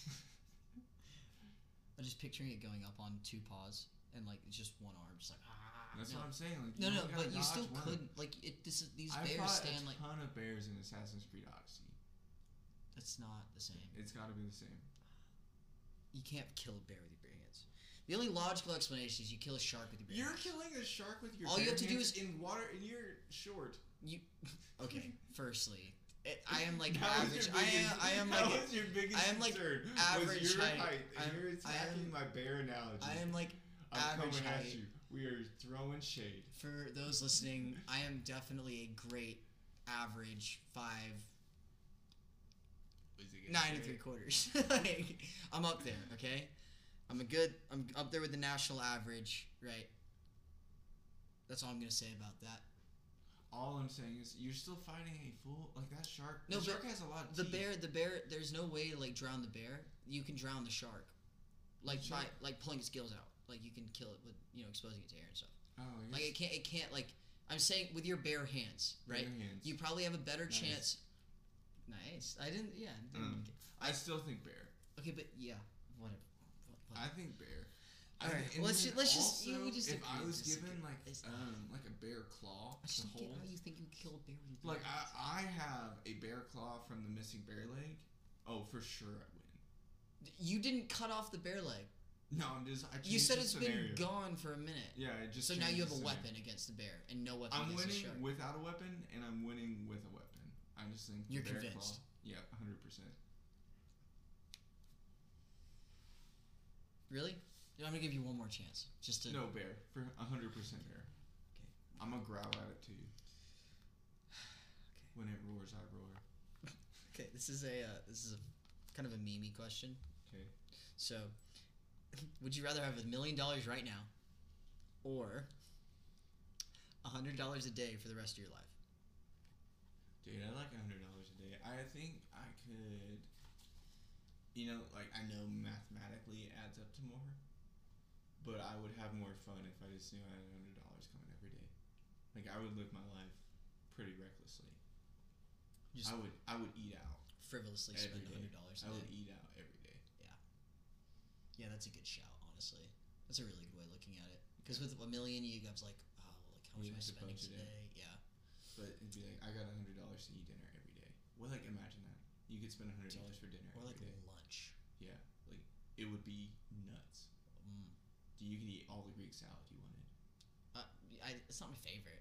A: just picturing it going up on two paws and like it's just one arm, just like ah.
B: That's
A: no.
B: what I'm saying. Like,
A: no,
B: you
A: no,
B: only gotta
A: but you
B: dodge
A: still
B: one.
A: couldn't. Like it, this is, these
B: I
A: bears
B: fought
A: stand
B: a
A: like
B: ton of bears in Assassin's Creed Odyssey.
A: that's not the same.
B: It's got to be the same.
A: You can't kill a bear with your bare hands. The only logical explanation is you kill a shark with your bare
B: You're
A: hands.
B: killing a shark with your.
A: All you
B: bare
A: have to do
B: hands
A: is-
B: in water, and you're short.
A: You okay? Firstly, it, I am like
B: That was
A: average.
B: your
A: I am.
B: biggest-
A: I am
B: that
A: like.
B: was your biggest
A: I am, like,
B: concern, was
A: average
B: your
A: height.
B: and
A: I'm-
B: you're
A: I
B: attacking
A: am-
B: my bear
A: I
B: analogy.
A: am like
B: I'm
A: average
B: coming
A: height.
B: at you. We are throwing shade.
A: for those listening. I am definitely a great average five nine and three quarters. like, I'm up there. Okay, I'm a good. I'm up there with the national average. Right. That's all I'm gonna say about that.
B: All I'm saying is you're still fighting a fool like that shark.
A: No,
B: the
A: but
B: shark has a lot. Of
A: The
B: teeth.
A: bear, the bear. There's no way to like drown the bear. You can drown the shark, like
B: Sure.
A: by like pulling its gills out. Like you can kill it with you know exposing it to air and stuff.
B: Oh, you're
A: Like it can't. It can't. Like I'm saying with your bare hands, right?
B: bare hands.
A: You probably have a better
B: Mm-hmm.
A: chance.
B: Nice.
A: Nice. I didn't. Yeah. I didn't
B: Um,
A: get-
B: I still think bear.
A: okay, but yeah. Whatever. What-
B: I think bear. I
A: All
B: think-
A: right,
B: and
A: let's
B: then
A: ju- let's just- you
B: also,
A: just
B: if
A: agree
B: I
A: to
B: was
A: disagree.
B: given like
A: It's-
B: um like a bear claw
A: I just
B: to
A: don't get
B: hold,
A: how you think you kill a bear with your
B: Like
A: bare hands.
B: I, I have a bear claw from the missing bear leg. Oh, for sure I win.
A: you didn't cut off the bear leg.
B: No, I'm just. I
A: You
B: changed
A: said
B: the
A: it's been
B: scenario.
A: gone for a minute.
B: Yeah, I just.
A: so now
B: changed
A: you
B: the
A: have a
B: scenario.
A: weapon against the bear and no weapon
B: I'm
A: against the
B: winning
A: shark.
B: without a weapon, and I'm winning with a weapon. I just think the
A: You're
B: bear
A: convinced.
B: Claw, yeah, hundred percent.
A: Really? Yeah, I'm gonna give you one more chance, just to.
B: No bear for hundred percent bear.
A: Okay.
B: I'm gonna growl at it too. When it roars, I roar.
A: Okay, this is a uh, this is a kind of a memey question.
B: Okay.
A: So, would you rather have a million dollars right now, or a hundred dollars a day for the rest of your life?
B: Dude, I like hundred dollars a day. I think I could. You know, like I know mathematically it adds up to more, but I would have more fun if I just knew I had hundred dollars coming every day. Like I would live my life pretty recklessly.
A: Just
B: I would I would eat out.
A: frivolously spend
B: every
A: a
B: day.
A: hundred dollars
B: I
A: a
B: would
A: day.
B: eat out every day.
A: Yeah, that's a good shout. Honestly, that's a really good way of looking at it. Because with a million, you guys like, oh, well, like how much
B: You'd
A: am I
B: have to
A: spending
B: budget it.
A: today? Yeah.
B: But it'd be like I got hundred dollars to eat dinner every day. Well, like imagine that you could spend hundred dollars for dinner
A: Or
B: every
A: like
B: day.
A: lunch.
B: Yeah, like it would be nuts.
A: Mm.
B: Do you could eat all the Greek salad you wanted?
A: Uh, I, it's not my favorite.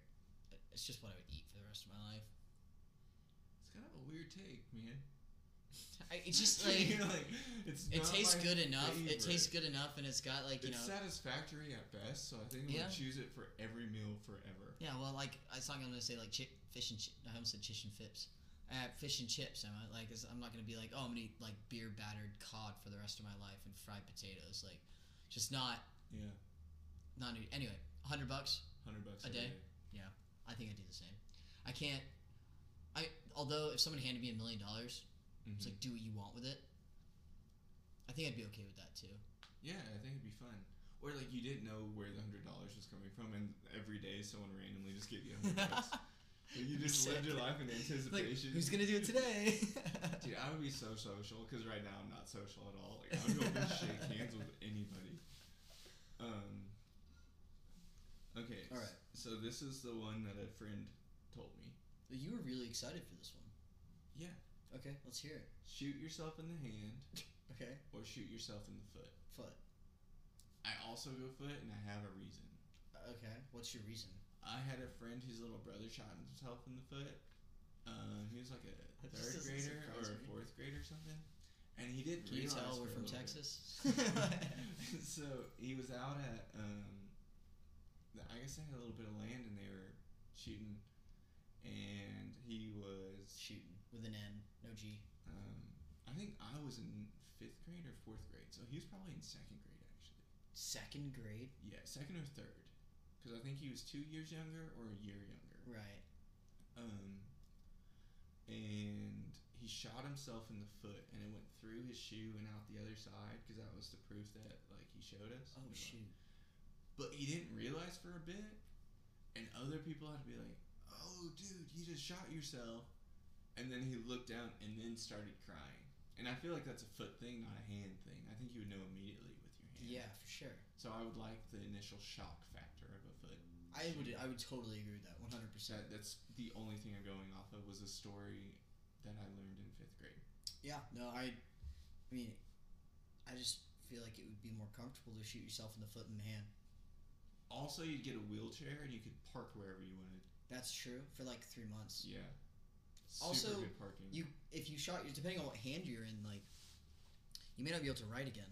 A: but It's just what I would eat for the rest of my life.
B: It's kind of a weird take, man.
A: I, it's just like
B: You're like, it's
A: it
B: not
A: tastes
B: my
A: good enough. It tastes good
B: favorite.
A: enough, and it's got like you
B: it's
A: know.
B: satisfactory at best, so I think I'm
A: Yeah.
B: gonna choose it for every meal forever.
A: Yeah, well, like I was talking, I'm gonna say like chi- fish and chi- I almost said fish and fips. Uh, fish and chips. Am I like? It's, I'm not gonna be like, oh, I'm gonna eat like beer battered cod for the rest of my life and fried potatoes. Like, just not
B: Yeah,
A: not anyway. Hundred bucks.
B: hundred bucks
A: A
B: every
A: day? I think I do the same. I can't. I although if someone handed me a million dollars, it's
B: Mhm.
A: like do what you want with it. I think I'd be okay with that too.
B: yeah, I think it'd be fun. Or like you didn't know where the hundred dollars was coming from, and every day someone randomly just gave you a hundred bucks. Like, you
A: That'd be
B: just lived your
A: sick.
B: life in
A: Like,
B: anticipation.
A: who's gonna do it today?
B: Dude, I would be so social because right now I'm not social at all. Like, I would go up and shake hands with anybody. Um. Okay.
A: All right.
B: s- So this is the one that a friend told me.
A: you were really excited for this one.
B: Yeah.
A: Okay, let's hear it.
B: Shoot yourself in the hand
A: Okay,
B: or shoot yourself in the foot.
A: foot.
B: I also go foot, and I have a reason.
A: Uh, Okay, what's your reason?
B: I had a friend whose little brother shot himself in the foot. Uh, he was like a
A: That just doesn't
B: third grader or
A: surprise
B: a
A: me.
B: fourth grader or something, and he didn't.
A: Can you
B: realize
A: tell
B: for
A: we're
B: a
A: from
B: little bit.
A: Texas?
B: so he was out at um, the- I guess they had a little bit of land and they were shooting, and he was
A: Shooting with an N, no G.
B: um, I think I was in fifth grade or fourth grade, so he was probably in second grade actually.
A: Second grade,
B: Yeah, second or third, because I think he was two years younger or a year younger.
A: right?
B: Um, and he shot himself in the foot, and it went through his shoe and out the other side, because that was the proof that like he showed us.
A: Oh
B: We were like,
A: shoot!
B: but he didn't realize for a bit, and other people had to be like, "Oh, dude, you just shot yourself," and then he looked down and then started crying. And I feel like that's a foot thing, not a hand thing. I think you would know immediately with your hand.
A: Yeah, for sure.
B: So I would like the initial shock factor of a foot.
A: I would I would totally agree with that, one hundred percent.
B: That, that's the only thing I'm going off of was a story that I learned in fifth grade.
A: Yeah, no, I, I mean, I just feel like it would be more comfortable to shoot yourself in the foot and the hand.
B: Also, you'd get a wheelchair and you could park wherever you wanted.
A: That's true for like three months.
B: Yeah. Super
A: Also,
B: good parking.
A: You, if you shot, you depending on what hand you're in, like, you may not be able to write again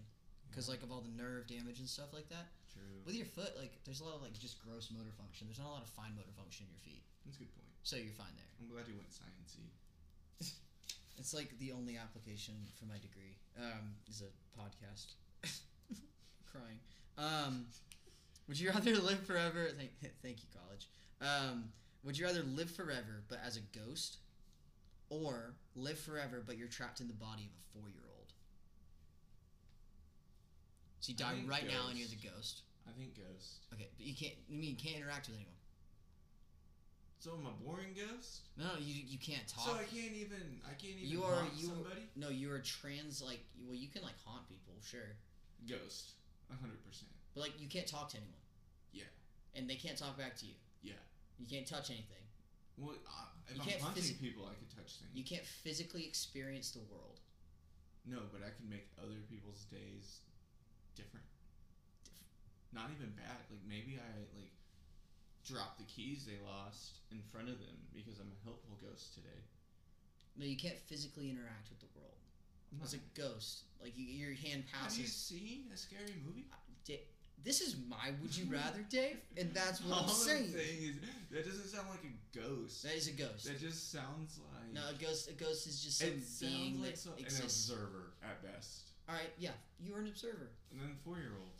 A: because like of all the nerve damage and stuff like that.
B: True.
A: With your foot, like, there's a lot of like just gross motor function. There's not a lot of fine motor function in your feet,
B: That's a good point.
A: so you're fine there.
B: I'm glad you went sciencey.
A: It's like the only application for my degree um, is a podcast. Crying. Um, would you rather live forever? Thank, thank you, college. Um, would you rather live forever but as a ghost, or live forever but you're trapped in the body of a four-year-old? So you
B: I
A: die
B: think
A: right now and you're
B: ghost.
A: the ghost.
B: I think ghost.
A: Okay, but you can't. I mean, you can't interact with anyone.
B: So I'm a boring ghost.
A: No, no, you you can't talk.
B: So I can't even I can't even
A: You are-
B: haunt
A: you-
B: somebody.
A: no, you're a trans. Like, well, you can like haunt people, sure.
B: Ghost, hundred percent.
A: But like you can't talk to anyone.
B: Yeah.
A: And they can't talk back to you.
B: Yeah.
A: You can't touch anything.
B: Well, I, if
A: You
B: I'm
A: can't
B: haunting
A: physi-
B: people, I could touch things.
A: You can't physically experience the world.
B: no, but I can make other people's days different. Not even bad. Like maybe I like drop the keys they lost in front of them because I'm a helpful ghost today.
A: No, you can't physically interact with the world.
B: I'm
A: As a
B: not-
A: ghost, like you, your hand
B: Have you
A: passes.
B: seen a scary movie?
A: Da- this is my would you rather, Dave, and that's what I'm
B: All
A: saying.
B: saying is that doesn't sound like a ghost.
A: That is a ghost.
B: That just sounds like
A: No, a ghost. A ghost is just some
B: it sounds
A: being
B: like
A: that
B: so- an
A: exists.
B: observer at best,
A: All right, yeah, you were an observer.
B: and then four year old.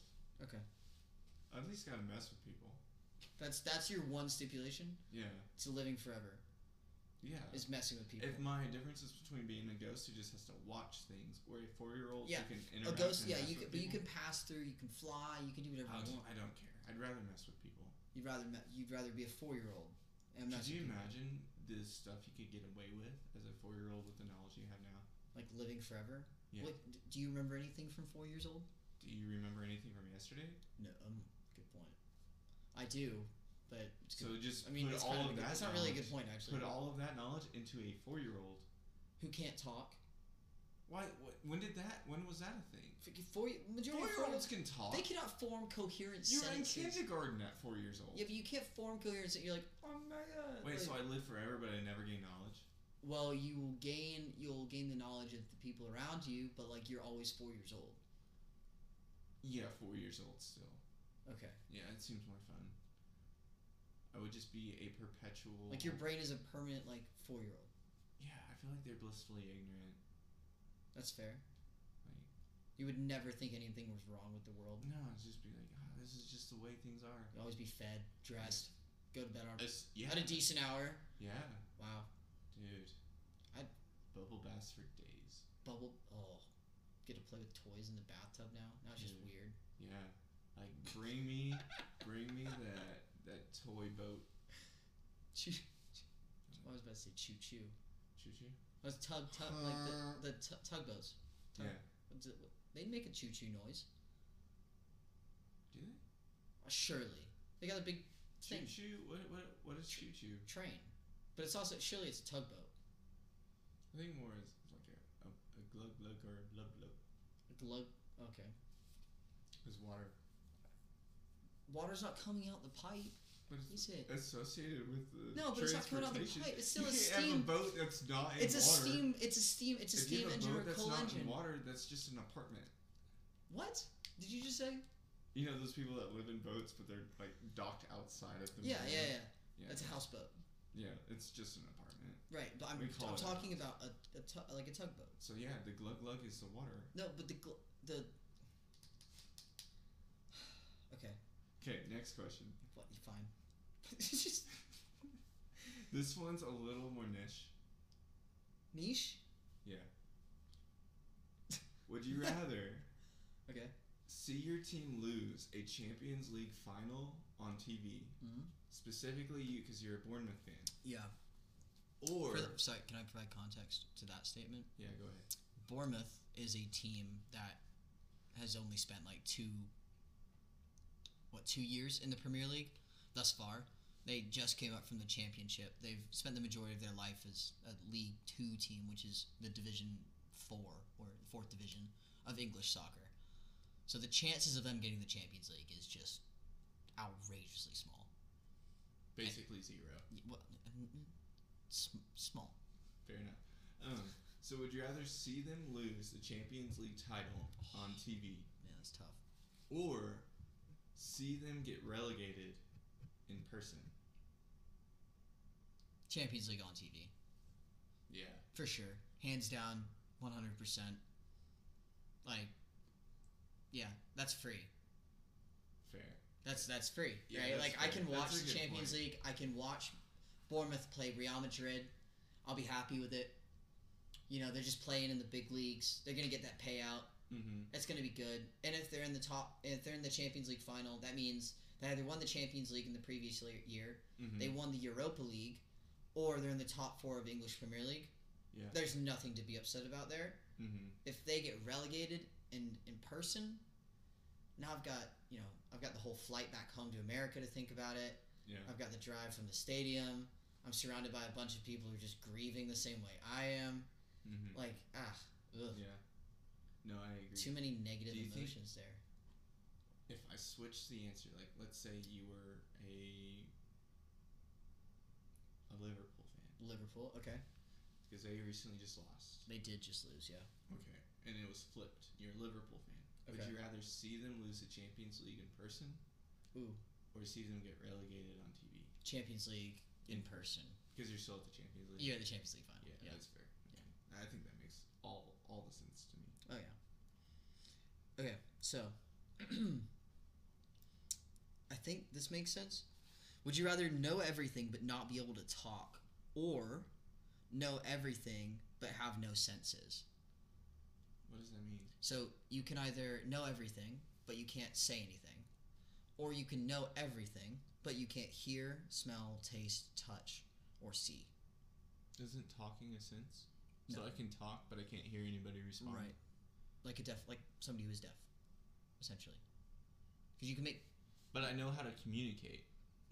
A: Okay.
B: At least gotta mess with people.
A: That's that's your one stipulation
B: Yeah,
A: to living forever
B: yeah.
A: is messing with people.
B: if my difference is between being a ghost who just has to watch things, or a four year old
A: Yeah,
B: who can
A: A
B: interact.
A: ghost,
B: and
A: yeah,
B: mess
A: you
B: with
A: can, but you
B: people,
A: can pass through. You can fly. You can do whatever
B: I
A: you
B: don't,
A: want.
B: I don't care. I'd rather mess with people.
A: You'd rather me- you'd rather be a four year old. And
B: Could
A: that's
B: you imagine the stuff you could get away with as a four year old with the knowledge you have now?
A: like living forever.
B: Yeah.
A: What, d- do you remember anything from four years old?
B: Do you remember anything from yesterday?
A: No. Um, good point. I do, but it's
B: So
A: good.
B: just
A: I mean,
B: put
A: it's
B: all
A: kind
B: of
A: of a good-
B: that.
A: It's not really a good
B: knowledge-
A: point actually.
B: Put all of that knowledge into a four year old.
A: Who can't talk?
B: Why? What, when did that? When was that a thing?
A: F- Four y- majority
B: Four
A: of
B: year
A: four-year-olds
B: olds can talk.
A: they cannot form coherent
B: you were in
A: sentences.
B: kindergarten at four years old.
A: Yeah, but you can't form coherent. sen- You're like, oh my god.
B: Wait,
A: like-
B: so I lived forever, but I never gained knowledge?
A: well, you will gain you'll gain the knowledge of the people around you, but like you're always four years old.
B: Yeah, four years old still.
A: Okay.
B: Yeah, it seems more fun. I would just be a perpetual.
A: Like your brain is a permanent like four year old.
B: Yeah, I feel like they're blissfully ignorant.
A: That's fair.
B: Like,
A: You would never think anything was wrong with the world.
B: no, I'd just be like, ah, this is just the way things are.
A: You'd always be fed, dressed, go to bed on
B: It's- yeah.
A: at a decent hour.
B: yeah,
A: Wow.
B: dude.
A: I'd-
B: bubble baths for days.
A: Bubble oh. Get to play with toys in the bathtub now. Now it's just
B: Dude.
A: weird.
B: Yeah, like bring me, bring me that that toy boat.
A: Choo I was about to say choo choo.
B: Choo choo.
A: That's tug tug like the, the tu- tugboats. Tug,
B: Yeah.
A: what's it- what- They make a choo choo noise.
B: Do they?
A: Surely. They got a big
B: Choo
A: thing.
B: choo. What what what is choo choo?
A: train. But it's also surely it's a tugboat.
B: I think more is like a a, a glug glug or a blub blub.
A: A glug okay.
B: Is water,
A: Water's not coming out the pipe.
B: but it's
A: He said
B: associated with the
A: No, but it's not coming out the
B: transportation.
A: pipe. It's still
B: you
A: a
B: can't have a
A: steam-
B: boat that's not in
A: It's a
B: water.
A: steam. It's a steam. It's a
B: If you
A: steam
B: have a
A: engine
B: boat
A: or a
B: that's
A: coal
B: not
A: engine.
B: In water that's just an apartment.
A: What did you just say?
B: You know those people that live in boats, but they're like docked outside of the.
A: Yeah, yeah, yeah.
B: yeah.
A: That's a houseboat,
B: Yeah, it's just an apartment.
A: right? But I'm,
B: We call
A: I'm
B: it
A: talking about a, a tu- like a tugboat.
B: So yeah, the glug glug is the water.
A: No, but the gl- the. Okay,
B: Okay, next question.
A: what? You fine? It's just
B: This one's a little more niche.
A: niche.
B: Would you rather
A: Okay.
B: see your team lose a Champions League final on TV,
A: Mm-hmm.
B: specifically you because you're a Bournemouth fan,
A: Yeah.
B: or
A: sorry, can I provide context to that statement?
B: yeah, go ahead.
A: Bournemouth is a team that has only spent like two, what two years in the Premier League thus far. They just came up from the Championship. They've spent the majority of their life as a League Two team, which is the Division Four or fourth division of English soccer. So the chances of them getting the Champions League is just outrageously small.
B: Basically zero.
A: Y- Well, sm- small.
B: Fair enough. Um, so would you rather see them lose the Champions League title on TV,
A: Yeah, that's tough.
B: or see them get relegated in person?
A: Champions League on TV.
B: Yeah.
A: For sure. Hands down, 100%. Like, yeah, that's free.
B: Fair.
A: That's that's free,
B: Yeah,
A: right?
B: that's
A: like I
B: fair.
A: can
B: That's
A: watch
B: a
A: the
B: good
A: Champions
B: point.
A: League. I can watch Bournemouth play Real Madrid. I'll be happy with it. You know, they're just playing in the big leagues. They're gonna get that payout.
B: Mm-hmm.
A: That's gonna be good. And if they're in the top, if they're in the Champions League final, that means they either won the Champions League in the previous le- year,
B: Mm-hmm.
A: they won the Europa League, or they're in the top four of English Premier League.
B: Yeah.
A: There's nothing to be upset about there.
B: mm-hmm.
A: if they get relegated in in person, now I've got you know I've got the whole flight back home to America to think about it.
B: Yeah.
A: I've got the drive from the stadium. I'm surrounded by a bunch of people who are just grieving the same way I am.
B: Mm-hmm.
A: Like ah, ugh,
B: Yeah. No, I agree.
A: too many negative
B: Do you think-
A: emotions there.
B: if I switch the answer, like let's say you were a a Liverpool fan
A: Liverpool, okay,
B: because they recently just lost.
A: they did just lose, yeah.
B: Okay. And it was flipped. You're a Liverpool fan. Would
A: Okay.
B: you rather see them lose the Champions League in person
A: Ooh,
B: or see them get relegated on TV?
A: Champions League in person.
B: Because you're still at the Champions League.
A: You're in the Champions League final. Yeah.
B: Yeah, that's fair. Okay. I think that makes all all the sense to me.
A: Oh yeah. Okay, so I think this makes sense. Would you rather know everything but not be able to talk, or know everything but have no senses?
B: What does that mean?
A: So you can either know everything but you can't say anything, or you can know everything but you can't hear, smell, taste, touch, or see.
B: Isn't talking a sense? So
A: No.
B: I can talk, but I can't hear anybody respond.
A: Right. Like a deaf, like somebody who is deaf, essentially. Because you can make.
B: But I know how to communicate.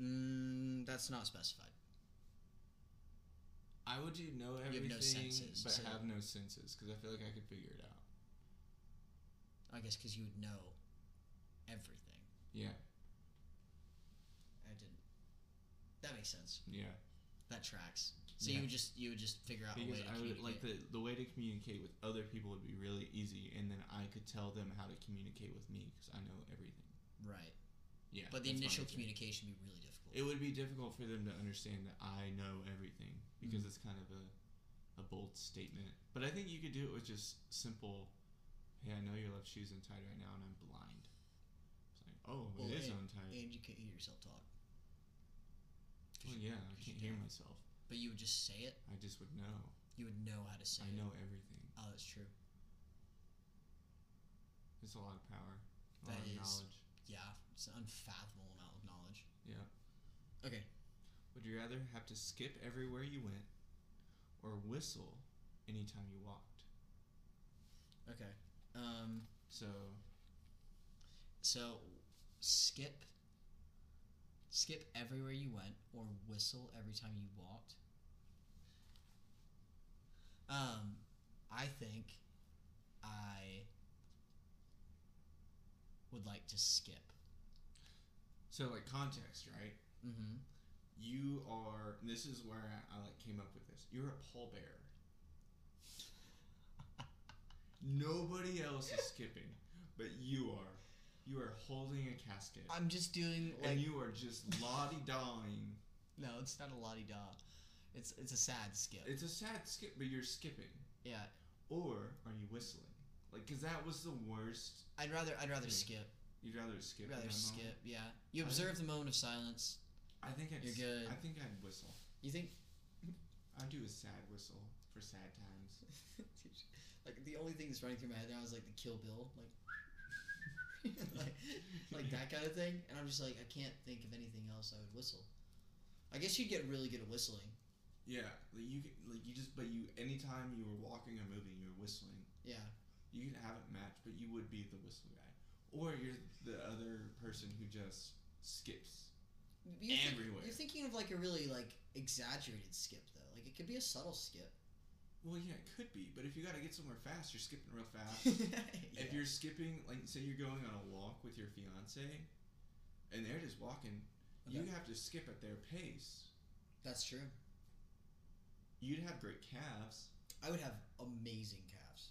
A: Mm, that's not specified.
B: I would do know
A: have
B: everything,
A: no senses,
B: but
A: so-
B: have no senses because I feel like I could figure it out.
A: I guess because you would know everything.
B: Yeah,
A: I didn't. That makes sense.
B: yeah.
A: That tracks. So
B: Yeah.
A: you would just you would just figure out
B: Because
A: a way to
B: I would like
A: communicate.
B: the the way to communicate with other people would be really easy, and then I could tell them how to communicate with me because I know everything.
A: right.
B: Yeah,
A: But the
B: that's my
A: initial
B: opinion.
A: communication would be really difficult.
B: It would be difficult for them to understand that I know everything because
A: Mm-hmm.
B: it's kind of a a bold statement. But I think you could do it with just simple. Hey, I know your left shoe's untied right now, and I'm blind. It's like, oh,
A: Well,
B: it is
A: and-
B: untied.
A: and you can't hear yourself talk. 'Cause
B: Well,
A: you're-
B: yeah, I
A: 'cause
B: can't
A: you're
B: hear
A: deaf.
B: myself.
A: But you would just say it.
B: I just would know.
A: You would know how to say
B: I
A: it.
B: know everything.
A: Oh, that's true.
B: It's a lot of power. A
A: That
B: lot
A: is.
B: of knowledge.
A: Yeah, it's an unfathomable amount of knowledge.
B: Yeah.
A: Okay.
B: Would you rather have to skip everywhere you went or whistle anytime you walked?
A: Okay. Um.
B: So,
A: So, skip. Skip everywhere you went, or whistle every time you walked. Um, I think I would like to skip.
B: so like context, right?
A: Mm-hmm.
B: You are. This is where I, I like came up with this. You're a pallbearer. Nobody else is skipping, but you are. You are holding a casket,
A: I'm just doing like
B: and you are just lottie dying.
A: no, it's not a la di da. It's it's a sad skip.
B: It's a sad skip, but you're skipping.
A: yeah,
B: Or are you whistling? Like, cause that was the worst.
A: I'd rather I'd rather
B: Hmm.
A: skip.
B: You'd rather skip.
A: I'd
B: in
A: rather
B: that moment?
A: skip. Yeah, you
B: I-
A: observe the moment of silence.
B: I think I'd
A: You're
B: s-
A: good.
B: I think I'd whistle.
A: You think
B: I'd do a sad whistle for sad times.
A: like the only thing that's running through my head now is like the Kill Bill, like like, like that kind of thing. And I'm just like, I can't think of anything else I would whistle. I guess you'd get really good at whistling.
B: Yeah, like you could, like you just but you anytime you were walking or moving, you were whistling.
A: Yeah,
B: You could have it match, but you would be the whistle guy, or you're the other person who just skips.
A: you think-
B: Everywhere.
A: you're thinking of like a really like exaggerated skip though. Like it could be a subtle skip.
B: Well, yeah, it could be, but if you got to get somewhere fast, you're skipping real
A: Uh,
B: fast.
A: Yeah.
B: If you're skipping, like say you're going on a walk with your fiance, and they're just walking, you have to skip at their pace.
A: that's true.
B: You'd have great calves,
A: I would have amazing calves.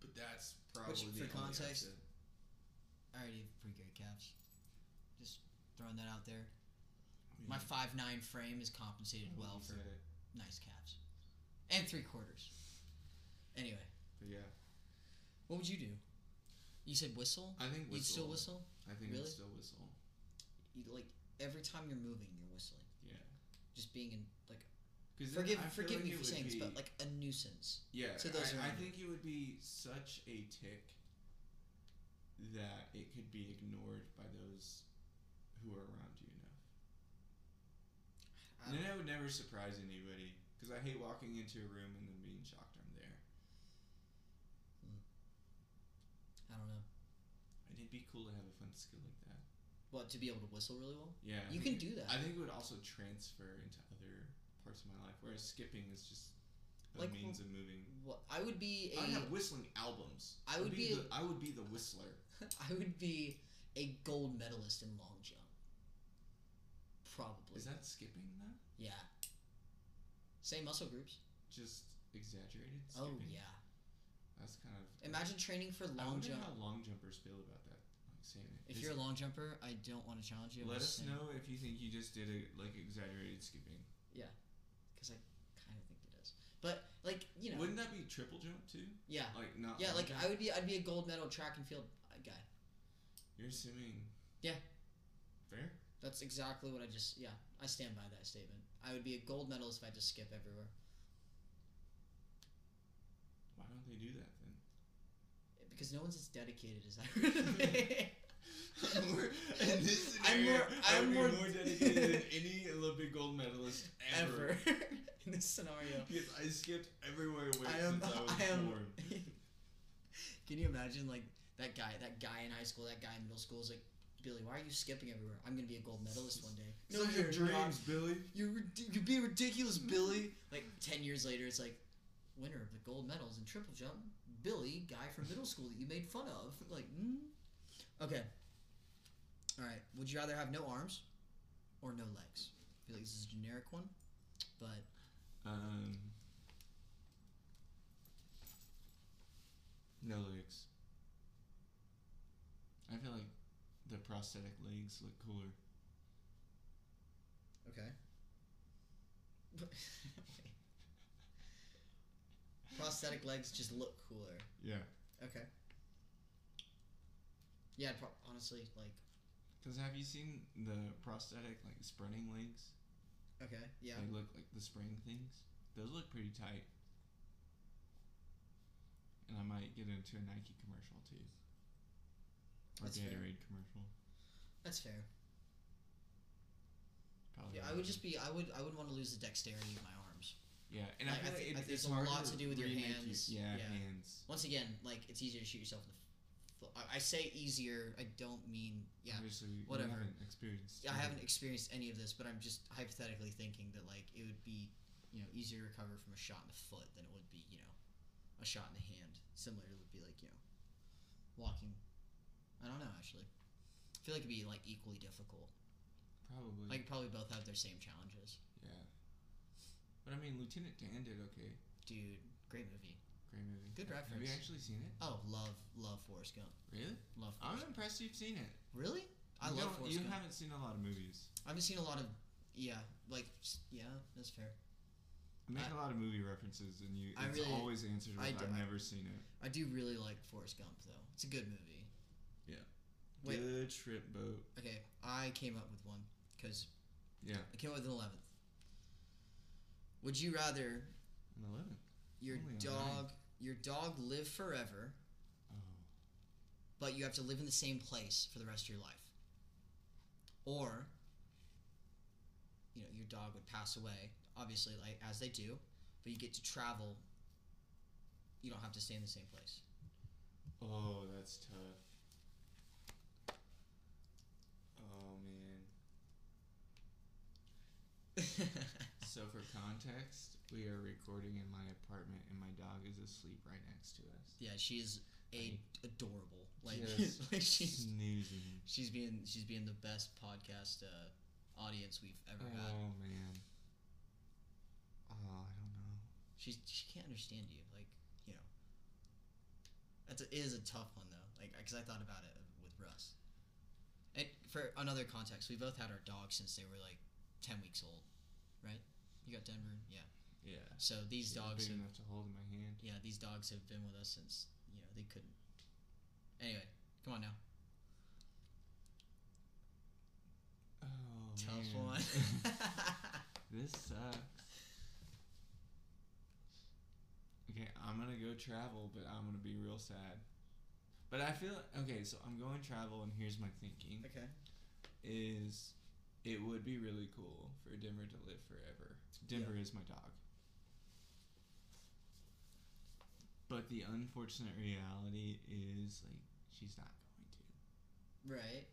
B: but that's probably
A: for
B: the only
A: context,
B: option.
A: I already have pretty good calves. Just throwing that out there.
B: Yeah.
A: My five nine frame is compensated
B: Oh,
A: well
B: you
A: for
B: said it.
A: nice calves and three quarters anyway
B: But yeah,
A: what would you do you said whistle
B: I think whistle.
A: you'd still whistle
B: I think
A: Really?
B: I'd still whistle.
A: you like every time you're moving you're whistling
B: Yeah.
A: just being in like
B: Because
A: forgive forgive me for saying this but like a nuisance
B: yeah,
A: to those
B: I, I
A: around you.
B: think it would be such a tick that it could be ignored by those who are around you enough.
A: I
B: And
A: don't-
B: then I would never surprise anybody because I hate walking into a room and then being shocked I'm there.
A: I don't know
B: And it'd be cool to have a fun skill like that.
A: what to be able to whistle really well
B: Yeah. I
A: you can
B: think it-
A: do that
B: I think it would also transfer into other parts of my life, whereas skipping is just a
A: Like,
B: means of moving.
A: what, I would be
B: I'd have
A: a
B: whistling albums.
A: I
B: I'd
A: would be
B: the, I would be the whistler.
A: I would be a gold medalist in long jump probably
B: Is that skipping though?
A: yeah same muscle groups
B: Just exaggerated
A: oh
B: skipping.
A: yeah
B: That's kind of
A: Imagine training for
B: I
A: long
B: wonder
A: jump.
B: how long jumpers feel about that. Like saying it.
A: If
B: Is-
A: you're a long jumper, I don't want to challenge you.
B: let us know if you think you just did a like exaggerated skipping.
A: because I kind of think it is. But like you know,
B: Wouldn't that be triple jump too?
A: yeah,
B: Like not
A: yeah.
B: long
A: Like
B: jump?
A: I would be, I'd be a gold medal track and field uh, guy.
B: You're assuming.
A: Yeah.
B: Fair.
A: That's exactly what I just. Yeah, I stand by that statement. I would be a gold medalist if I just skip everywhere.
B: Why don't they do that then?
A: Because no one's as dedicated as I.
B: We're- in this
A: I'm
B: scenario,
A: more- I'm
B: I'd be
A: more-
B: dedicated than any Olympic gold medalist ever.
A: ever in this scenario.
B: Because I skipped everywhere I went
A: I am-
B: since I was
A: I am-
B: born.
A: Can you imagine like that guy, that guy in high school, that guy in middle school is like, Billy, why are you skipping everywhere? I'm gonna be a gold medalist one day.
B: No, your
A: you're not.
B: dreams, Billy.
A: You're rid- you're being ridiculous, Billy. Like ten years later, it's like winner of the gold medals in triple jump, Billy, guy from middle school that you made fun of. Like, mm. okay, all right. Would you rather have no arms or no legs? I feel like this is a generic one, but
B: Um, prosthetic legs look cooler.
A: Okay. Prosthetic legs just look cooler.
B: Yeah,
A: Okay. Yeah, pro- honestly, like,
B: because have you seen the prosthetic like sprinting legs?
A: okay, yeah.
B: They look like the spring things. Those look pretty tight. And I might get into a Nike commercial too, or
A: That's fair.
B: Gatorade commercial.
A: That's fair.
B: Probably.
A: Yeah, I would just be. I would. I would want to lose the dexterity of my arms.
B: Yeah, and I,
A: I- I
B: feel like
A: thi-
B: it,
A: I think
B: it's
A: it's a
B: hard
A: lot to do with your
B: remake
A: hands.
B: yeah,
A: Yeah.
B: hands.
A: Once again, like it's easier to shoot yourself in the. F- I, I say easier. I don't mean. Yeah.
B: Obviously,
A: whatever.
B: You haven't experienced.
A: Yeah, I
B: it.
A: haven't experienced any of this, but I'm just hypothetically thinking that like it would be, you know, easier to recover from a shot in the foot than it would be, you know, a shot in the hand. Similar to would be like you know, walking. I don't know actually. I feel like it'd be like equally difficult.
B: Probably.
A: Like probably both have their same challenges.
B: yeah. But I mean, Lieutenant Dan did okay.
A: Dude, great movie.
B: Great movie.
A: Good
B: Have you
A: reference.
B: actually seen it?
A: Oh, love, love Forrest Gump.
B: Really?
A: Love.
B: I'm
A: Forrest Gump.
B: impressed you've seen it.
A: Really? I
B: you
A: love
B: don't-
A: Forrest
B: You
A: Gump.
B: haven't seen a lot of movies.
A: I haven't seen a lot of. Yeah, like s- yeah, that's fair.
B: I make
A: I-
B: a lot of movie references, and you
A: I
B: it's
A: really-
B: always answered with
A: I do-
B: I've
A: I-
B: never seen it.
A: I do really like Forrest Gump though. It's a good movie. Wait.
B: Good trip boat.
A: Okay, I came up with one because
B: Yeah,
A: I came up with an eleventh. Would you rather
B: an eleven.
A: your
B: Only a
A: dog your dog live forever,
B: Oh,
A: but you have to live in the same place for the rest of your life, or you know your dog would pass away, obviously like as they do, but you get to travel. You don't have to stay in the same place.
B: oh, that's tough. Oh man. So for context, we are recording in my apartment, and my dog is asleep right next to us.
A: yeah, she is a adorable. Like,
B: Yes.
A: like she's
B: snoozing.
A: She's being she's being the best podcast uh, audience we've ever had.
B: Oh man. Oh, I don't know.
A: She's she can't understand you, like you know. That's a, it is a tough one though, like because I thought about it with Russ. And for another context, we both had our dogs since they were like ten weeks old, right? You got Denver, yeah.
B: Yeah.
A: So these dogs,
B: big
A: have,
B: enough to hold in my hand.
A: yeah, these dogs have been with us since you know they couldn't. Anyway, come on now.
B: Oh,
A: Tough
B: man.
A: one.
B: this sucks. Okay, I'm gonna go travel, but I'm gonna be real sad. But I feel okay. So I'm going travel, and here's my thinking:
A: okay.
B: is it would be really cool for Denver to live forever. Denver is my dog. But the unfortunate reality is like she's not going to.
A: Right.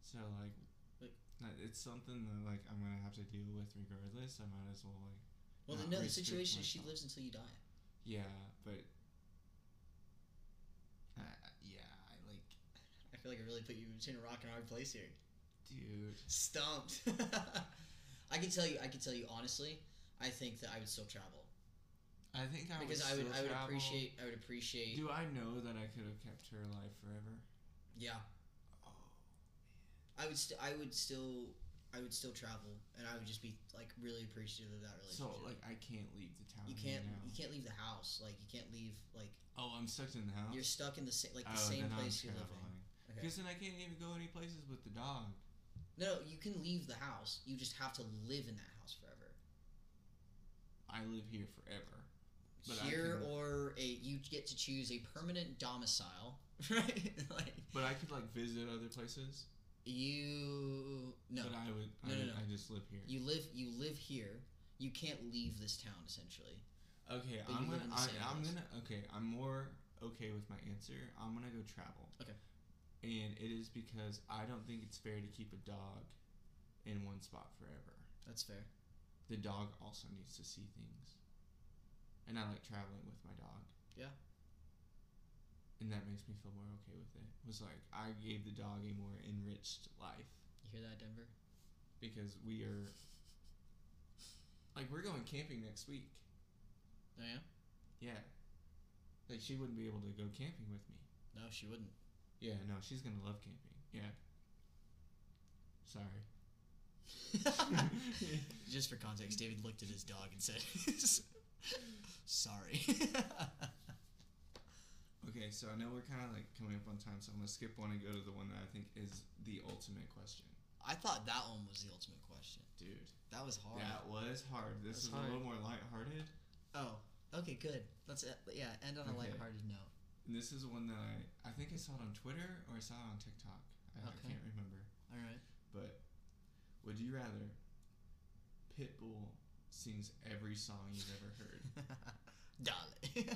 B: So like,
A: Like-
B: uh, it's something that like I'm gonna have to deal with regardless. I might as well like,
A: Well,
B: Not
A: no. The
B: restrict
A: situation is she
B: myself.
A: lives until you die.
B: yeah, but uh, yeah, I like,
A: I feel like I really put you between a rock and a hard place here.
B: dude,
A: Stumped. I can tell you. I can tell you honestly. I think that I would still travel
B: I think I
A: because I
B: would
A: would.
B: still
A: I would
B: travel.
A: appreciate. I would appreciate.
B: Do I know that I could have kept her alive forever?
A: Yeah,
B: Oh,
A: I would. St- I would still. I would still travel, and I would just be like really appreciative of that
B: so
A: relationship.
B: like I can't leave the town.
A: you can't.
B: Now.
A: You can't leave the house. Like you can't leave. Like
B: Oh, I'm stuck in the house.
A: you're stuck in the same. Like the
B: oh,
A: same
B: then I'm
A: place you're living.
B: traveling.
A: Okay.
B: Because then I can't even go any places with the dog.
A: No, you can leave the house. You just have to live in that house forever.
B: I live here forever. But I
A: Here
B: can-
A: or a you get to choose a permanent domicile, right? like
B: But I could like visit other places.
A: you no.
B: But I would. I,
A: No, no,
B: would-
A: no.
B: I just live here.
A: You live you live here. You can't leave this town essentially.
B: Okay,
A: But you
B: I'm
A: live
B: gonna.
A: in the
B: I,
A: same
B: I'm
A: house.
B: gonna. Okay, I'm more okay with my answer. I'm gonna go travel.
A: Okay.
B: And it is because I don't think it's fair to keep a dog in one spot forever.
A: That's fair.
B: The dog also needs to see things. And I like traveling with my dog.
A: Yeah.
B: And that makes me feel more okay with it. Was like I gave the dog a more enriched life
A: You hear that, Denver?
B: because we are. Like we're going camping next week.
A: Oh yeah?
B: Yeah. Like she wouldn't be able to go camping with me.
A: No, she wouldn't.
B: Yeah, no, she's gonna love camping. Yeah. Sorry.
A: Just for context, David looked at his dog and said, "Sorry."
B: Okay, so I know we're kind of like coming up on time, so I'm gonna skip one and go to the one that I think is the ultimate question,
A: I thought that one was the ultimate question.
B: dude.
A: That was hard.
B: That was hard. This
A: That's
B: is
A: hard.
B: a little more lighthearted,
A: Oh, okay, good. Let's uh, yeah, end on a
B: Okay.
A: lighthearted note.
B: and this is one that I I think I saw it on Twitter or I saw it on TikTok. I,
A: Okay.
B: I can't remember.
A: All right.
B: But would you rather Pitbull sings every song you've ever heard?
A: Dolly.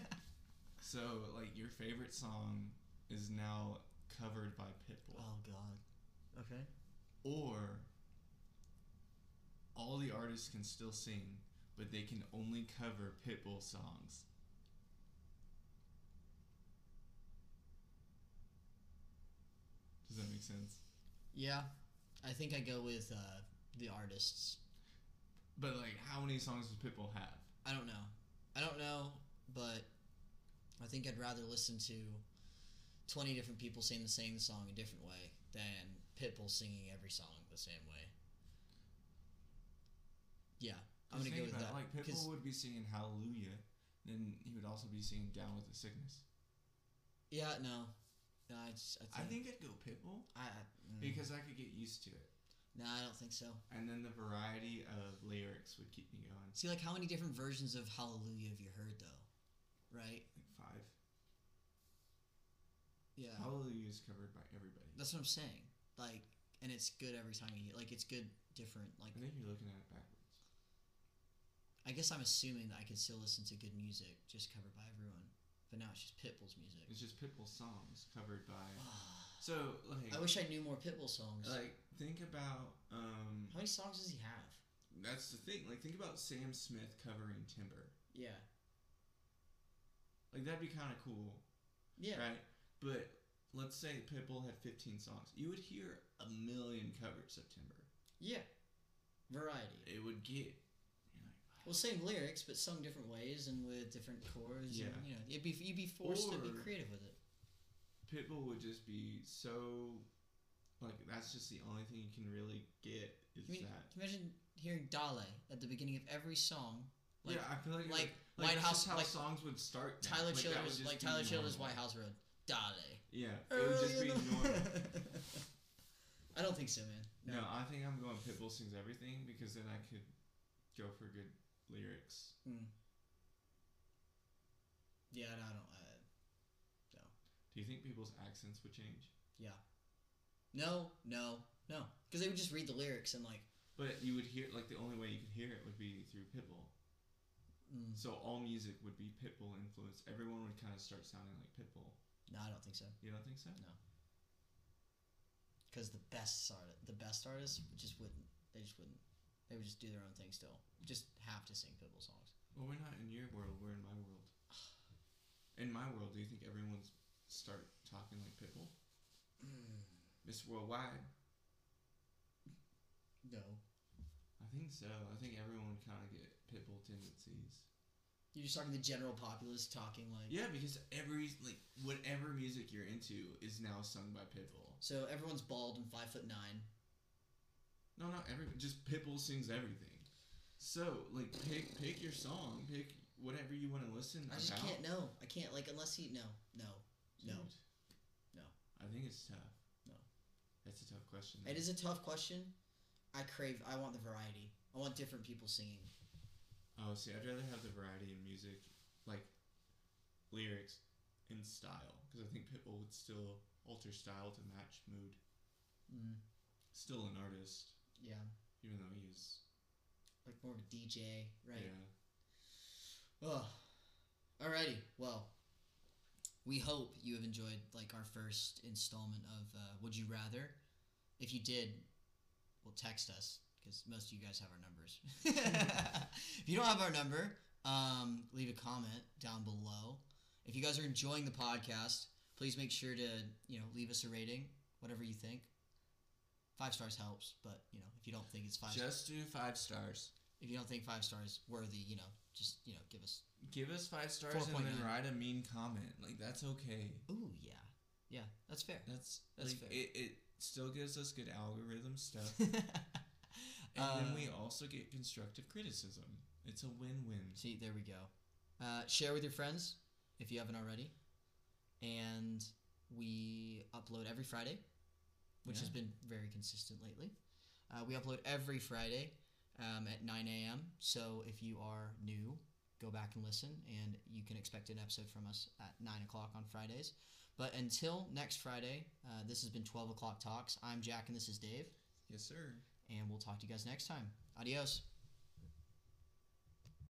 B: so like your favorite song is now covered by Pitbull,
A: oh God. Okay.
B: or all the artists can still sing, but they can only cover Pitbull songs. Does that make sense?
A: Yeah, I think I go with uh, the artists.
B: But like, how many songs does Pitbull have?
A: I don't know. I don't know, but I think I'd rather listen to twenty different people sing the same song a different way than Pitbull singing every song the same way. Yeah, I'm
B: Just
A: gonna go
B: think
A: with
B: about
A: that.
B: it, Like
A: 'cause-
B: Pitbull would be singing Hallelujah, then he would also be singing Down with the Sickness.
A: yeah, no, no, I, just,
B: I think I'd go Pitbull
A: I, I- mm.
B: because I could get used to it,
A: No, I don't think so.
B: and then the variety of lyrics would keep me going.
A: See, like, how many different versions of Hallelujah have you heard, though? Right?
B: Like five.
A: Yeah.
B: Hallelujah is covered by everybody.
A: That's what I'm saying. Like, and it's good every time you hear Like, it's good, different. Like,
B: I think you're looking at it backwards.
A: I guess I'm assuming that I could still listen to good music just covered by everyone. But now it's just Pitbull's music.
B: It's just Pitbull songs covered by. So like,
A: I wish I knew more Pitbull songs.
B: like think about um.
A: how many songs does he have?
B: That's the thing. Like think about Sam Smith covering Timber.
A: Yeah.
B: Like that'd be kind of cool.
A: Yeah.
B: right? But let's say Pitbull had 15 songs. You would hear a million covers of Timber.
A: Yeah. Variety.
B: It would get. you're like,
A: Well, same lyrics, but sung different ways and with different chords. Yeah.
B: Yeah.
A: you know, you'd be, you'd be forced to be
B: Or-
A: creative with it.
B: Pitbull would just be so. Like, that's just the only thing you can really get is
A: I mean,
B: that.
A: imagine hearing Dale at the beginning of every song. Like,
B: yeah, I feel like. it
A: like
B: would- like
A: White
B: that's
A: House-
B: just how
A: like
B: songs would start. now.
A: Tyler
B: Like, that would
A: Childers,
B: just
A: like
B: be
A: Tyler Childers, White
B: normal.
A: House Road, Dale.
B: Yeah, it would just
A: Early
B: be
A: in the-
B: normal.
A: I don't think so, man.
B: No, I think I'm going Pitbull sings everything because then I could go for good lyrics.
A: Mm. Yeah, no, I don't. Uh,
B: Do you think people's accents would change?
A: no, no, no, because they would just read the lyrics and like.
B: But you would hear like the only way you could hear it would be through Pitbull.
A: Mm,
B: So all music would be Pitbull influenced. Everyone would kind of start sounding like Pitbull.
A: no, I don't think so.
B: You don't think so?
A: Because the best art, the best artists just wouldn't. They just wouldn't. They would just do their own thing still. Just have to sing Pitbull songs.
B: Well, we're not in your world. We're in my world. In my world, do you think everyone's start talking like Pitbull? Miss Worldwide.
A: No,
B: I think so. I think everyone would kind of get Pitbull tendencies.
A: you're just talking the general populace talking like.
B: Yeah, because every like whatever music you're into is now sung by Pitbull.
A: So everyone's bald and five foot nine.
B: No, not every. Just Pitbull sings everything. So like, pick pick your song. Pick whatever you want to listen.
A: I just
B: about.
A: can't. No, I can't. Like unless he. No, no, no.
B: Dude.
A: No.
B: I think it's tough.
A: No.
B: That's a tough question.
A: It is a tough question. I crave. I want the variety. I want different people singing.
B: Oh, see, I'd rather have the variety in music, like lyrics and style, because I think Pitbull would still alter style to match mood.
A: Mm,
B: Still an artist,
A: yeah,
B: even though he is.
A: like more of a DJ, right?
B: Yeah.
A: Ugh. Alrighty. Well, we hope you have enjoyed like our first installment of uh, Would You Rather. If you did, well, text us because most of you guys have our numbers. if you don't have our number, um, leave a comment down below. If you guys are enjoying the podcast, please make sure to you know leave us a rating, whatever you think. Five stars helps, but you know if you don't think it's five,
B: Just do five stars.
A: if you don't think five stars worthy, you know just you know give us
B: Give us five stars and then
A: 4.9.
B: write a mean comment. Like that's okay.
A: Ooh, yeah. Yeah, that's fair.
B: That's
A: That's
B: like,
A: fair.
B: It, it Still gives us good algorithm stuff. And
A: Uh,
B: then we also get constructive criticism. It's a win win.
A: See, there we go. Uh, share with your friends if you haven't already. And we upload every Friday, which has
B: Yeah.
A: been very consistent lately. Uh, we upload every Friday um, at 9 a.m. So if you are new, go back and listen, and you can expect an episode from us at 9 o'clock on Fridays. But until next Friday, uh, this has been 12 o'clock talks. I'm Jack, and this is Dave,
B: Yes, sir.
A: and we'll talk to you guys next time. Adios.